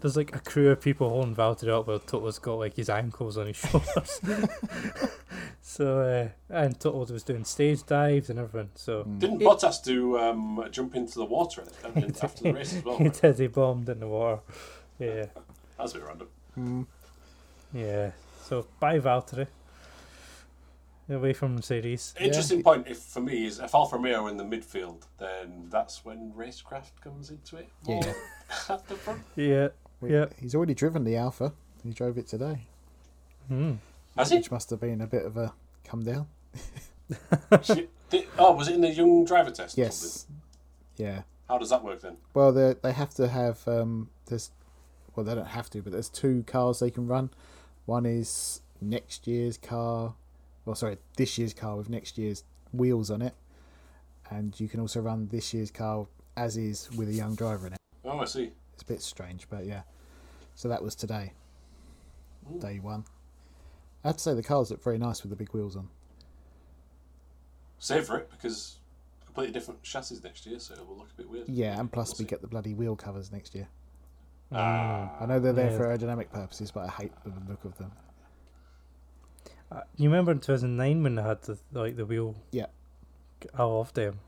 A: there's like a crew of people holding Valtteri up while Toto's got like his ankles on his shoulders. so uh, and Toto was doing stage dives and everything. So
C: Mm.
B: Didn't Bottas do um, jump into the water at the- after the race as well?
A: he did. He bombed in the water. Yeah.
B: That's a bit random.
A: Mm. Yeah. So bye Valtteri. Away from Mercedes.
B: Interesting point if, for me is if Alfa Romeo are in the midfield, then that's when racecraft comes into it. more
C: Yeah.
B: at the front.
A: Yeah.
C: We-
A: Yeah.
C: He's already driven the Alpha. He drove it today,
A: Hmm.
B: Has he?
C: which must have been a bit of a come down.
B: Shit. Did- oh, was it in the young driver test? or something?
C: Yes. Yeah.
B: How does that work then?
C: Well, they they have to have um. There's, well, they don't have to, but there's two cars they can run. One is next year's car. Well, sorry, this year's car with next year's wheels on it, and you can also run this year's car as is with a young driver in it.
B: Oh, I see.
C: It's a bit strange, but yeah. So that was today, day one. I have to say the cars look very nice with the big wheels on.
B: Save for it because completely different chassis next year, so it will look a bit weird.
C: Yeah, and plus we
B: We'll see.
C: get the bloody wheel covers next year.
B: Ah,
C: I know they're there
A: Yeah.
C: for aerodynamic purposes, but I hate the look of them.
A: Uh, You remember in 2009 when they had the like the wheel?
C: Yeah.
A: I loved them.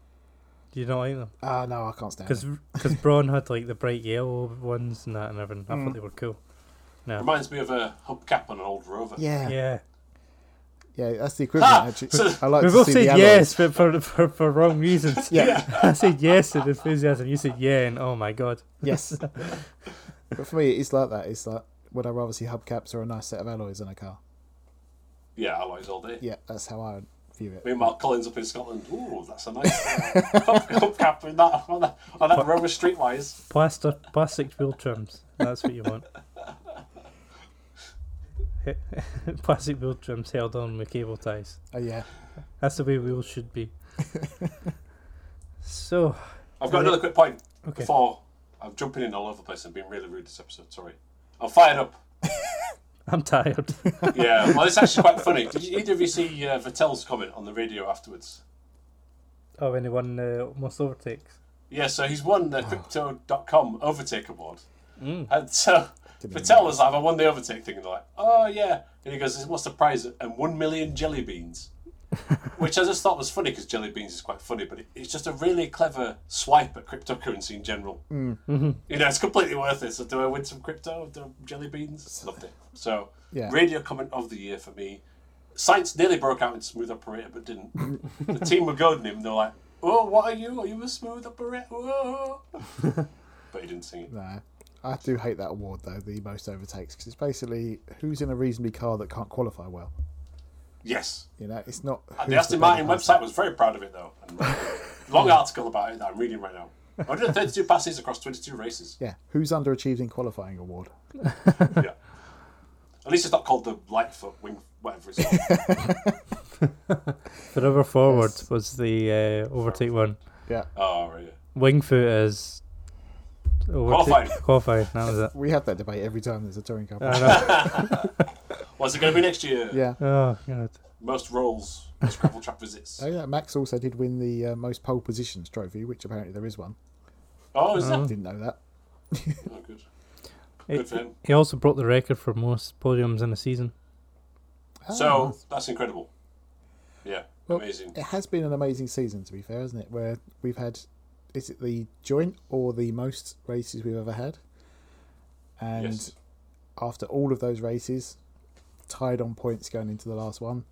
A: Do you not like them?
C: Ah, no, I can't stand
A: Because
C: them.
A: because Braun had like the bright yellow ones and that and everything. I
C: Mm.
A: thought they were cool.
B: reminds me of a hubcap on an old Rover.
C: Yeah, yeah,
A: Yeah.
C: that's the equivalent.
B: Ah,
C: actually,
B: so-
C: I like
A: We
C: to
A: both
C: see the
A: said
C: alloys.
A: yes, but for, for for wrong reasons.
C: Yeah,
A: I said yes with enthusiasm. You said yeah, and oh my god.
C: yes. but for me, it's like that. It's like would I rather see hubcaps or a nice set of alloys on a car?
B: Yeah, alloys all day.
C: Yeah, that's how I view it.
B: Meanwhile, Collins up in Scotland. Ooh, that's a nice uh, hubcap in that on that, on that Rover Streetwise.
A: Plaster, plastic wheel trims. That's what you want. plastic wheel trims held on with cable ties.
C: Oh yeah,
A: That's the way wheels should be. so,
B: I've got another quick point
A: Okay.
B: before I'm jumping in all over the place and being really rude this episode. Sorry, I'm fired up.
A: I'm tired.
B: Yeah, well, it's actually quite funny. Did you, either of you see uh, Vettel's comment on the radio afterwards?
A: oh, anyone uh, almost overtakes.
B: Yeah, so he's won the Crypto.com Overtake Award. And so Patel was like, I won the Overtake thing. And they're like, oh, yeah. And he goes, what's the prize? And one million jelly beans. Which I just thought was funny because jelly beans is quite funny, but it, it's just a really clever swipe at cryptocurrency in general. You know, it's completely worth it. So do I win some crypto? Do I- jelly beans? Loved it. So
C: Yeah.
B: radio comment of the year for me. Science nearly broke out in smooth operator, but didn't. the team were goading him. They're like, "Oh, what are you? Are you a smooth operator?" Whoa." but he didn't sing it.
C: no. I do hate that award though, the most overtakes, because it's basically who's in a reasonably car that can't qualify well.
B: Yes,
C: You know, it's not.
B: and the
C: who's
B: Aston
C: better
B: Martin
C: person.
B: website was very proud of it, though. And uh, long article about it that I'm reading right now. 132 passes across 22 races.
C: Yeah, who's underachieved in qualifying award?
B: Yeah. At least it's not called the Lightfoot wing, whatever it's called.
A: Forever forward
C: Yes.
A: was the uh, overtake one.
C: Yeah,
B: oh, right.
A: Wingfoot is
B: Qualifying.
A: Qualified. That was it.
C: we have that debate every time there's a touring car.
A: I know.
B: What's it going to be next year?
C: Yeah.
A: oh god.
B: Most rolls, scrabble trap visits.
C: Oh yeah, Max also did win the uh, most pole positions trophy, which apparently there is one.
B: Oh, is that?
C: Didn't know that.
B: Oh, good. Good
A: It,
B: for him.
A: he also broke the record for most podiums in a season.
C: Ah,
B: So that's incredible. Yeah,
C: Well,
B: amazing.
C: it has been an amazing season, to be fair, hasn't it? Where we've had, is it the joint or the most races we've ever had? And
B: yes.
C: after all of those races, tied on points going into the last one,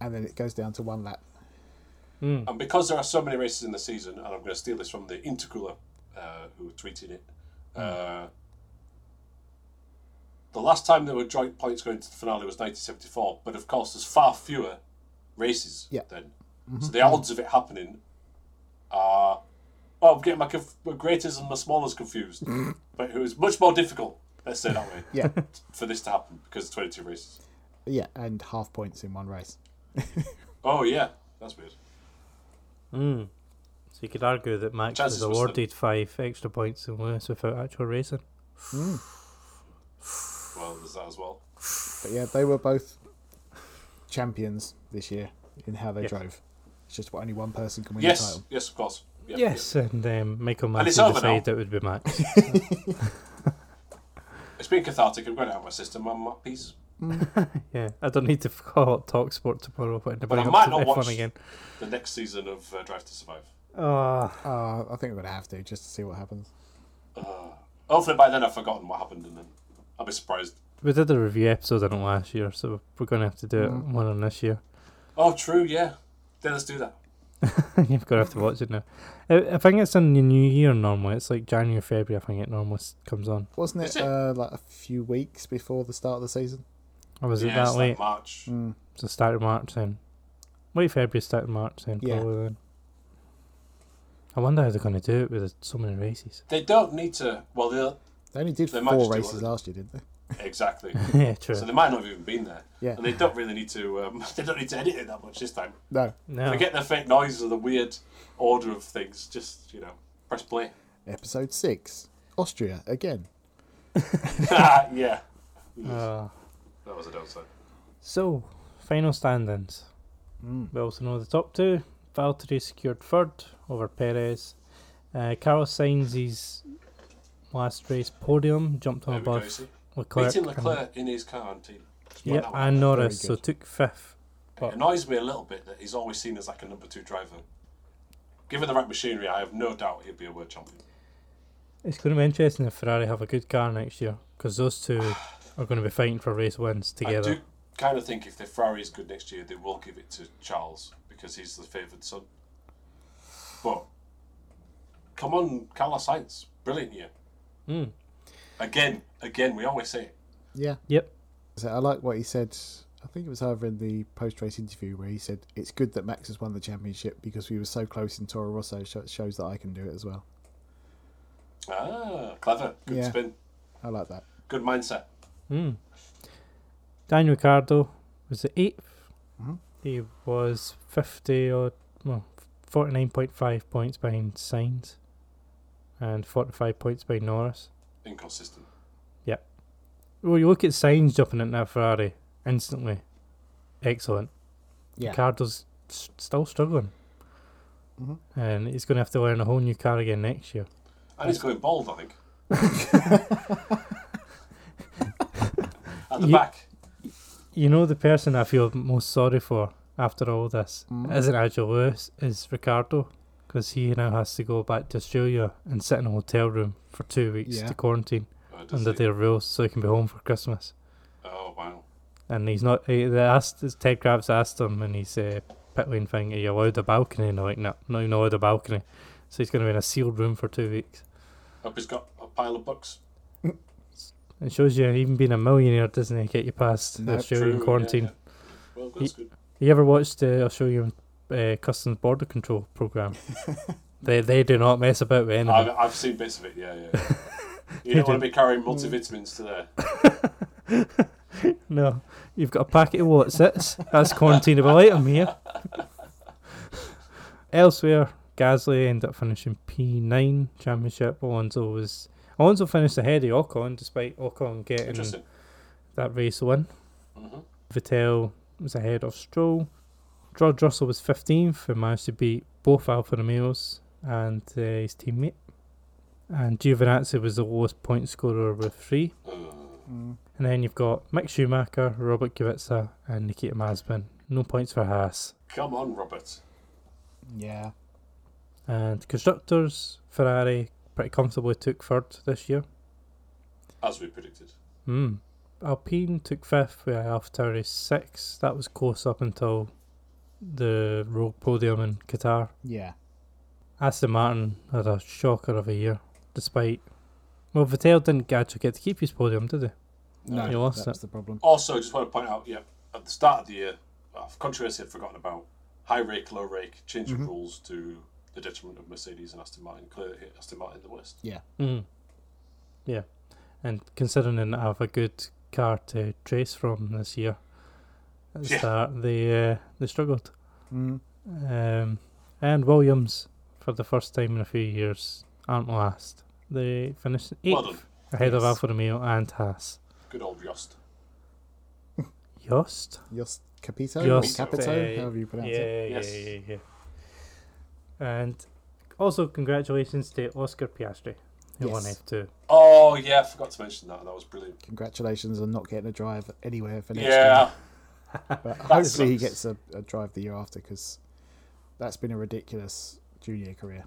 C: and then it goes down to one lap.
B: And because there are so many races in the season, and I'm going to steal this from the Intercooler uh, who tweeted it.
C: Hmm.
B: Uh, the last time there were joint points going to the finale was 1974, but of course there's far fewer races
C: Yeah. Mm-hmm.
B: then, so the odds of it happening are. Well, I'm getting my, conf- my greatest and my smallest confused, but it was much more difficult. Let's say it that way
C: Mm. Yeah,
B: for this to happen because of 22 races.
C: yeah, and half points in one race.
B: Oh yeah, that's weird.
A: Hmm. So you could argue that Max
B: Chances
A: was
B: was that-
A: awarded five extra points in Lewis without actual racing.
B: Well, there's that as well.
C: But yeah, they were both champions this year in how they drove. It's just what only one person can win the
B: Yes,
C: title.
B: yes, of course. Yeah,
A: Yes, and um, Michael
B: And
A: Matthews
B: it's over now.
A: decided it would be Max.
B: yeah. It's been cathartic. I'm going to have my system on my piece,
A: yeah, I don't need to call up Talk Sport tomorrow, but to
B: but
A: bring
B: I
A: up
B: might
A: to
B: not
A: F1
B: watch
A: again.
B: the next season of uh, Drive to Survive.
A: Oh,
C: Uh, I think we're gonna have to just to see what happens.
B: Uh, Hopefully by then I've forgotten what happened, and then I'll be surprised.
A: we did a review episode on it last year, so we're going to have to do it one on this year.
B: Oh, true. Yeah. Then let's do that.
A: You've got to have to watch it now. I, I think it's in the new year normally. It's like January, February. I think it normally s- comes on.
C: Wasn't it,
B: Is it?
C: Uh, like a few weeks before the start of the season?
A: Or was
B: yeah,
A: it
B: it's
A: that late?
B: like March.
A: so start of March then. Late February, start of March then.
C: Yeah.
A: Probably then. I wonder how they're going to do it with so many races.
B: They don't need to. Well, they'll
C: They only did
B: They might
C: four
B: just do
C: races
B: it.
C: last year, didn't they?
B: exactly.
A: yeah, true.
B: so they might not have even been there.
C: Yeah.
B: And they don't really need to. Um, they don't need to edit it that much this time.
C: No.
A: no.
B: Forget the fake noises or the weird order of things. Just you know, press play.
C: Episode six, Austria again.
B: yeah.
A: Uh,
B: That was a downside.
A: so, final standings.
B: Hmm.
A: We also know the top two. Valtteri secured third over Perez. Uh, Carlos Sainz's last race podium jumped on
B: There we go, you
A: above
B: see.
A: Leclerc.
B: Beating
A: and-
B: Leclerc in his car on team.
A: Yep,
B: Wow.
A: and Norris, so
C: Very good.
A: took fifth.
B: It annoys me a little bit that he's always seen as like a number two driver. Given the right machinery, I have no doubt he'll be a world champion.
A: It's going to be interesting if Ferrari have a good car next year because those two are going to be fighting for race wins
B: I
A: together.
B: do kind of think if the Ferrari is good next year, they will give it to Charles because he's the favoured son. But come on, Carlos Sainz, brilliant year. Again, again, we always say it.
C: Yeah.
A: Yep.
C: So I like what he said. I think it was over in the post-race interview where he said, "It's good that Max has won the championship because we were so close in Toro Rosso. So it shows that I can do it as well."
B: Ah, clever, good
C: Yeah.
B: spin,
C: I like that.
B: good mindset.
A: Hmm. Daniel Ricciardo was the 8th
B: Mm-hmm.
A: He was fifty or well, forty nine point five points behind Sainz, and forty five points behind Norris.
B: Inconsistent.
A: Yep. Well, you look at Sainz jumping in that Ferrari instantly. Excellent.
C: Yeah.
A: Ricardo's s- still struggling,
B: Mm-hmm.
A: and he's going to have to learn a whole new car again next year.
B: And he's going bald, I think. At the
A: Ye-
B: back.
A: You know, the person I feel most sorry for after all this
B: Mm.
A: isn't Nigel Lewis, is Ricardo, because he now has to go back to Australia and sit in a hotel room for two weeks
C: Yeah.
A: to quarantine
B: Oh, does
A: under
B: he?
A: their rules so he can be home for Christmas.
B: Oh, wow.
A: And he's not, he, they asked, Ted Krabs asked him and he's uh, pit lane thing, are you allowed a balcony? And they're like, no, no, you're not allowed a balcony. So he's going to be in a sealed room for two weeks.
B: Hope he's got a pile of books.
A: It shows you, even being a millionaire doesn't get you past the
C: Nope.
A: Australian
B: True, yeah,
A: quarantine.
B: yeah. Well, that's good.
A: You ever watched the Australian uh, Customs Border Control program? they they do not mess about with anything.
B: I've, I've seen bits of it, yeah, yeah. yeah. You don't want to be carrying multivitamins to there.
A: No, you've got a packet of what sits. That's containable item here. Elsewhere, Gasly ended up finishing P9 championship. Alonso was Alonso finished ahead of Ocon, despite Ocon getting
B: Interesting.
A: that race win.
B: Mhm.
A: Vettel was ahead of Stroll. George Russell was 15th and managed to beat both Alfa Romeos and uh, his teammate. And Giovinazzi was the lowest point scorer with three.
B: Uh,
C: Mm.
A: And then you've got Mick Schumacher, Robert Kubica, and Nikita Mazepin. No points for Haas.
B: Come on, Robert.
C: Yeah.
A: And constructors, Ferrari pretty comfortably took third this year.
B: As we predicted.
A: Hmm. Alpine took fifth with AlphaTauri sixth. That was close up until the rogue podium in Qatar.
C: Yeah.
A: Aston Martin had a shocker of a year, despite. Well, Vettel didn't actually get to keep his podium, did he?
C: No,
A: You lost
C: that's
A: it.
C: the problem.
B: Also, just want to point out, yeah, at the start of the year, uh, controversy I'd forgotten about high rake, low rake, change of rules to the detriment of Mercedes and Aston Martin. Clearly, hit Aston Martin the worst.
C: Yeah.
A: Mm. Yeah. And considering they didn't have a good car to trace from this year, at the
B: Yeah.
A: start, they, uh, they struggled.
C: Mm.
A: Um, and Williams, for the first time in a few years, aren't last. They finished eighth
B: Well done.
A: ahead of
C: Yes.
A: Alfa Romeo and Haas.
B: Good old Yost.
A: Yost?
C: Yost Capito?
A: Yost,
C: or Capito?
A: uh,
C: however you pronounce it.
A: Yeah,
B: Yes.
A: yeah, yeah, yeah. And also, congratulations to Oscar Piastri, who won
C: Yes.
A: F2.
B: Oh, yeah, I forgot to mention that. That was brilliant.
C: Congratulations on not getting a drive anywhere for next year.
B: Yeah.
C: But hopefully he
B: sucks.
C: gets a, a drive the year after because that's been a ridiculous junior career.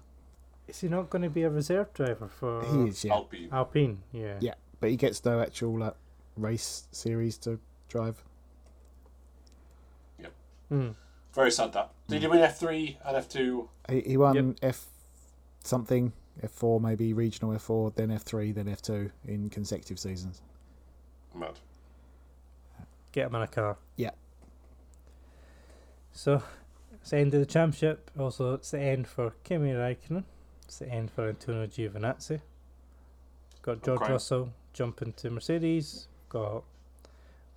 A: Is he not going to be a reserve driver for
C: he is, yeah.
B: Alpine.
A: Alpine? Yeah.
C: Yeah, but he gets no actual like, race series to drive.
A: Mm.
B: Very sad that. Did you win F3 and F2?
C: He, he won F something, F4 maybe, regional F4, then F3, then F2 in consecutive seasons.
B: Mad.
A: Get him in a car.
C: Yeah.
A: So, it's the end of the championship. Also, it's the end for Kimi Raikkonen. It's the end for Antonio Giovinazzi. Got George
B: Okay.
A: Russell jumping to Mercedes. Got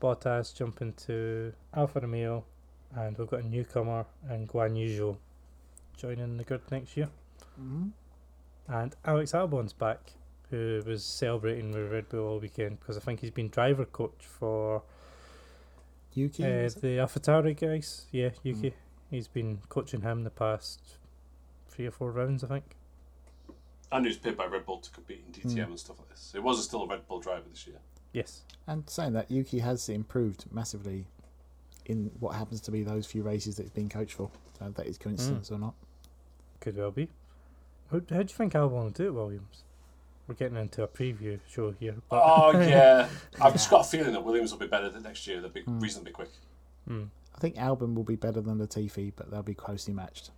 A: Bottas jumping to Alfa Romeo. And we've got a newcomer and Guan Yuzhou joining the grid next year.
C: Mm-hmm.
A: And Alex Albon's back, who was celebrating with Red Bull all weekend because I think he's been driver coach for
C: Yuki?
A: uh,
C: was it?
A: the AlphaTauri guys. Yeah, Yuki. He's been coaching him the past three or four rounds, I think.
B: And he was paid by Red Bull to compete in DTM and stuff like this. It was still a Red Bull driver this year.
A: Yes.
C: And saying that, Yuki has improved massively in what happens to be those few races that he's been coached for. So that is coincidence or not.
A: Could well be. How, how do you think Albon will do it, Williams? We're getting into a preview show here. But
B: Oh, yeah. I've just got a feeling that Williams will be better than next year. They'll be reasonably quick.
C: I think Albon will be better than Latifi, but they'll be closely matched.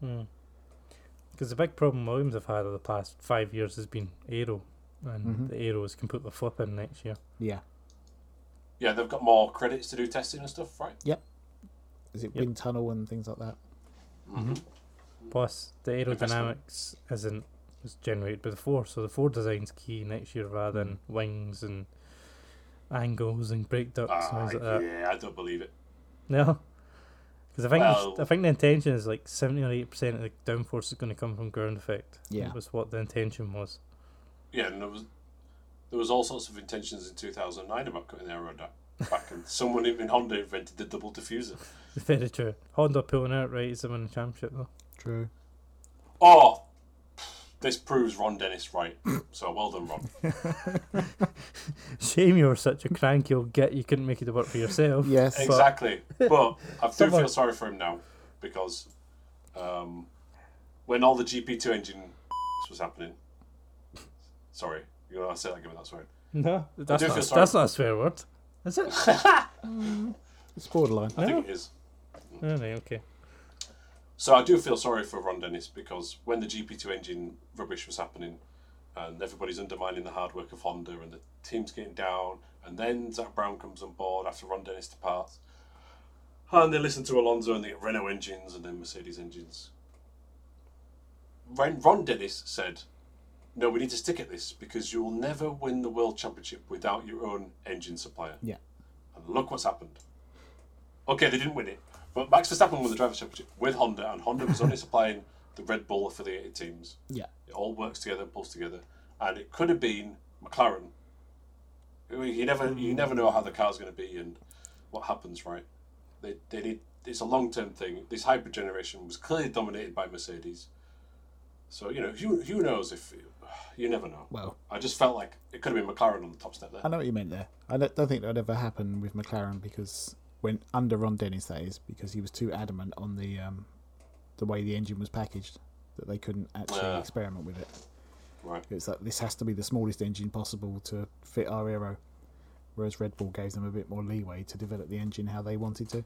A: Because mm. the big problem Williams have had over the past five years has been aero. And the aero is completely flipping next year.
C: Yeah.
B: Yeah, they've got more credits to do testing and stuff, right?
C: Is it
A: Yep.
C: wind tunnel and things like that?
A: Plus, the
B: Investment.
A: aerodynamics isn't is generated by the four, so the four design's key next year rather than
B: Hmm.
A: wings and angles and brake ducts and
B: Ah,
A: things like that. uh,
B: yeah, I don't believe it.
A: No, because I think
B: Well-
A: I think the intention is like seventy or eighty percent of the downforce is going to come from ground effect.
C: Yeah.
A: was what the intention was.
B: Yeah, and there was there was all sorts of intentions in 2009 about cutting the aero da- back, and someone in Honda invented the double diffuser.
A: Very true. Honda pulling out right is them in the championship though.
C: True.
B: Oh, this proves Ron Dennis right. So well done, Ron.
A: Shame you were such a cranky old git. You couldn't make it to work for yourself.
C: Yes.
B: Exactly. But I do
A: Someone-
B: feel sorry for him now because um, when all the GP2 engine was happening, sorry, you know I say that given that's right.
A: No, that's
B: do
A: not, a-
B: feel sorry
A: that's
B: for-
A: not a swear word, is it?
C: It's borderline.
B: I think it is.
A: no, no, okay.
B: So I do feel sorry for Ron Dennis because when the GP2 engine rubbish was happening and everybody's undermining the hard work of Honda and the team's getting down, and then Zach Brown comes on board after Ron Dennis departs, and they listen to Alonso and they get Renault engines and then Mercedes engines. When Ron Dennis said, no, we need to stick at this because you will never win the world championship without your own engine supplier.
C: Yeah.
B: And look what's happened. Okay, they didn't win it, but Max Verstappen won the drivers' championship with Honda, and Honda was only supplying the Red Bull affiliated teams.
C: Yeah.
B: It all works together and pulls together, and it could have been McLaren. You- You never, you never know how the car's going to be and what happens, right? They, they need. It's a long-term thing. This hybrid generation was clearly dominated by Mercedes, so you know who who knows if you never know.
C: Well,
B: I just felt like it could have been McLaren on the top step there.
C: I know what you meant there. I don't don't think that would ever happen with McLaren because when under Ron Dennis that is because he was too adamant on the um, the way the engine was packaged that they couldn't actually
B: Yeah.
C: experiment with it.
B: Right.
C: It was like this has to be the smallest engine possible to fit our aero, whereas Red Bull gave them a bit more leeway to develop the engine how they wanted to.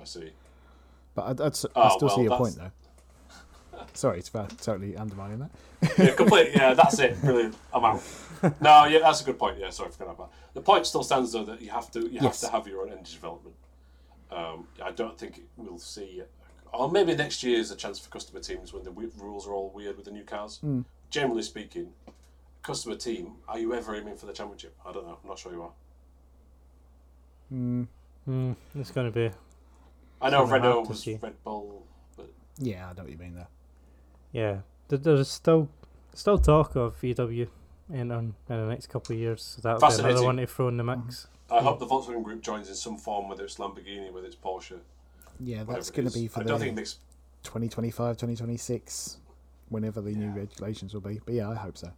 B: I see.
C: But I'd, I'd, si
B: Oh,
C: still
B: well,
C: see your
B: that's-
C: point though. Sorry, it's about totally undermining that.
B: Yeah, complete. Yeah, that's it. Brilliant. I'm out. No, yeah, that's a good point. Yeah, sorry, I forgot about that. The point still stands though that you have to you have
C: Yes.
B: to have your own energy development. Um, I don't think we'll see, or maybe next year is a chance for customer teams when the w- rules are all weird with the new cars.
C: Hmm.
B: Generally speaking, customer team, are you ever aiming for the championship? I don't know. I'm not sure you are.
A: Mm, it's going to be.
B: I know
A: Something I'll
B: Renault
A: have to
B: was
A: see.
B: Red Bull, but
C: Yeah, I know what you mean there.
A: Yeah. There- There's still still talk of VW entering in the next couple of years. So that'll be another
B: Fascinating.
A: one to throw in the mix.
B: I
C: Hmm.
B: hope the Volkswagen Group joins in some form, whether it's Lamborghini, whether it's Porsche.
C: Yeah,
B: whatever
C: that's
B: it
C: going
B: is.
C: to be for
B: I
C: the
B: don't think this.
C: 2025, 2026, whenever the new regulations will be. But yeah, I hope so.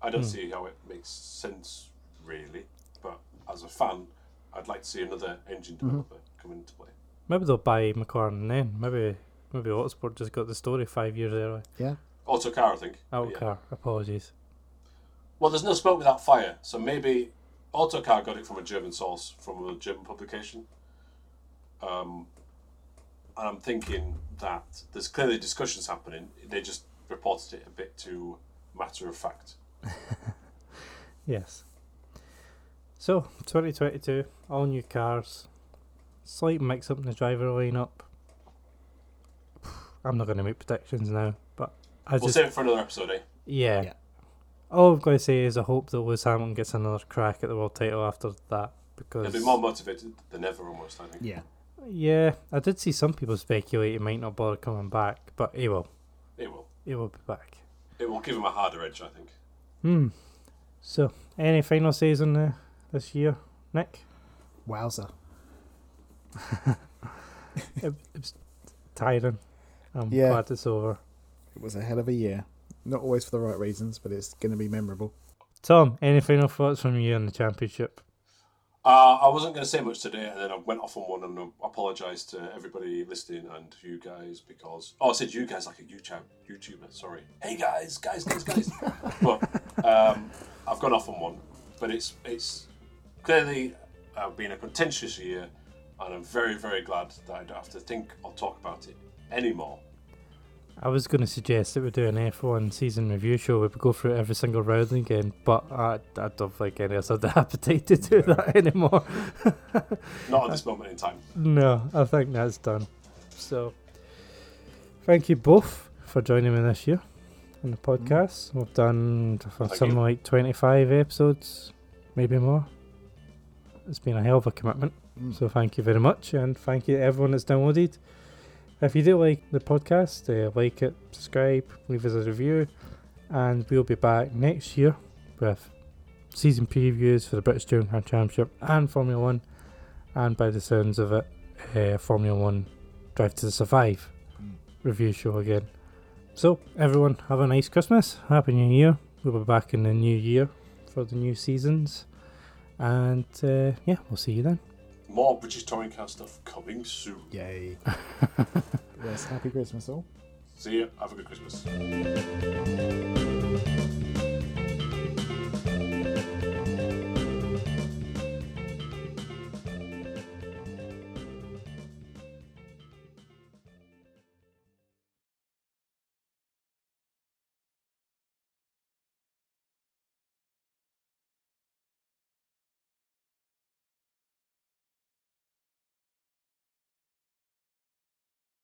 B: I
A: Hmm.
B: don't see how it makes sense really, but as a fan, I'd like to see another engine
A: Mm-hmm.
B: developer come into play.
A: Maybe they'll buy McLaren then. Maybe maybe Autosport just got the story five years early.
C: Yeah,
B: Autocar, I think. but Oh, yeah.
A: Outcar, apologies.
B: Well, there's no smoke without fire, so maybe Autocar got it from a German source, from a German publication. Um, and I'm thinking that there's clearly discussions happening. They just reported it a bit too matter of fact.
A: Yes. So, 2022, all new cars, slight mix up in the driver lineup. I'm not going to make predictions now, but I
B: We'll
A: just.
B: save it for another episode, eh?
A: yeah.
C: Yeah.
A: All I'm going to say is I hope that Lewis Hamilton gets another crack at the world title after that
B: They'll
A: because.
B: be more motivated than ever, almost, I think.
C: yeah.
A: Yeah, I did see some people speculate he might not bother coming back, but he will.
B: It will.
A: He will be back.
B: It will give them a harder edge, I think.
A: Hmm. So, any final says on uh, this year, Nick?
C: Wowzer.
A: it, it was tiring. I'm
C: Yeah.
A: glad it's over.
C: It was a hell of a year. Not always for the right reasons, but it's going to be memorable.
A: Tom, any final thoughts from you on the championship?
B: Uh, I wasn't going to say much today, and then I went off on one and I apologised to everybody listening and you guys because oh, I said you guys like a YouTube YouTuber. Sorry, hey guys, guys, guys, guys. but um, I've gone off on one, but it's it's clearly uh, been a contentious year, and I'm very very glad that I don't have to think or talk about it anymore.
A: I was going to suggest that we do an F1 season review show where we go through every single round again, but I, I don't think any of us have the appetite to do that anymore.
B: Not at this moment in time.
A: no, I think that's done. So, thank you both for joining me this year on the podcast. We've done
B: Mm-hmm. Thank
A: something
B: you.
A: like 25 episodes, maybe more. It's been a hell of a commitment.
C: Mm.
A: So thank you very much, and thank you to everyone that's downloaded. If you do like the podcast, uh, like it, subscribe, leave us a review, and we'll be back next year with season previews for the British Touring Car Championship and Formula One, and by the sounds of it, uh, Formula One Drive to Survive
C: Mm.
A: review show again. So everyone, have a nice Christmas, happy New Year. We'll be back in the new year for the new seasons, and uh, yeah, we'll see you then.
B: More British touring car stuff coming soon.
C: Yay. yes, happy Christmas all.
B: See you. Have a good Christmas.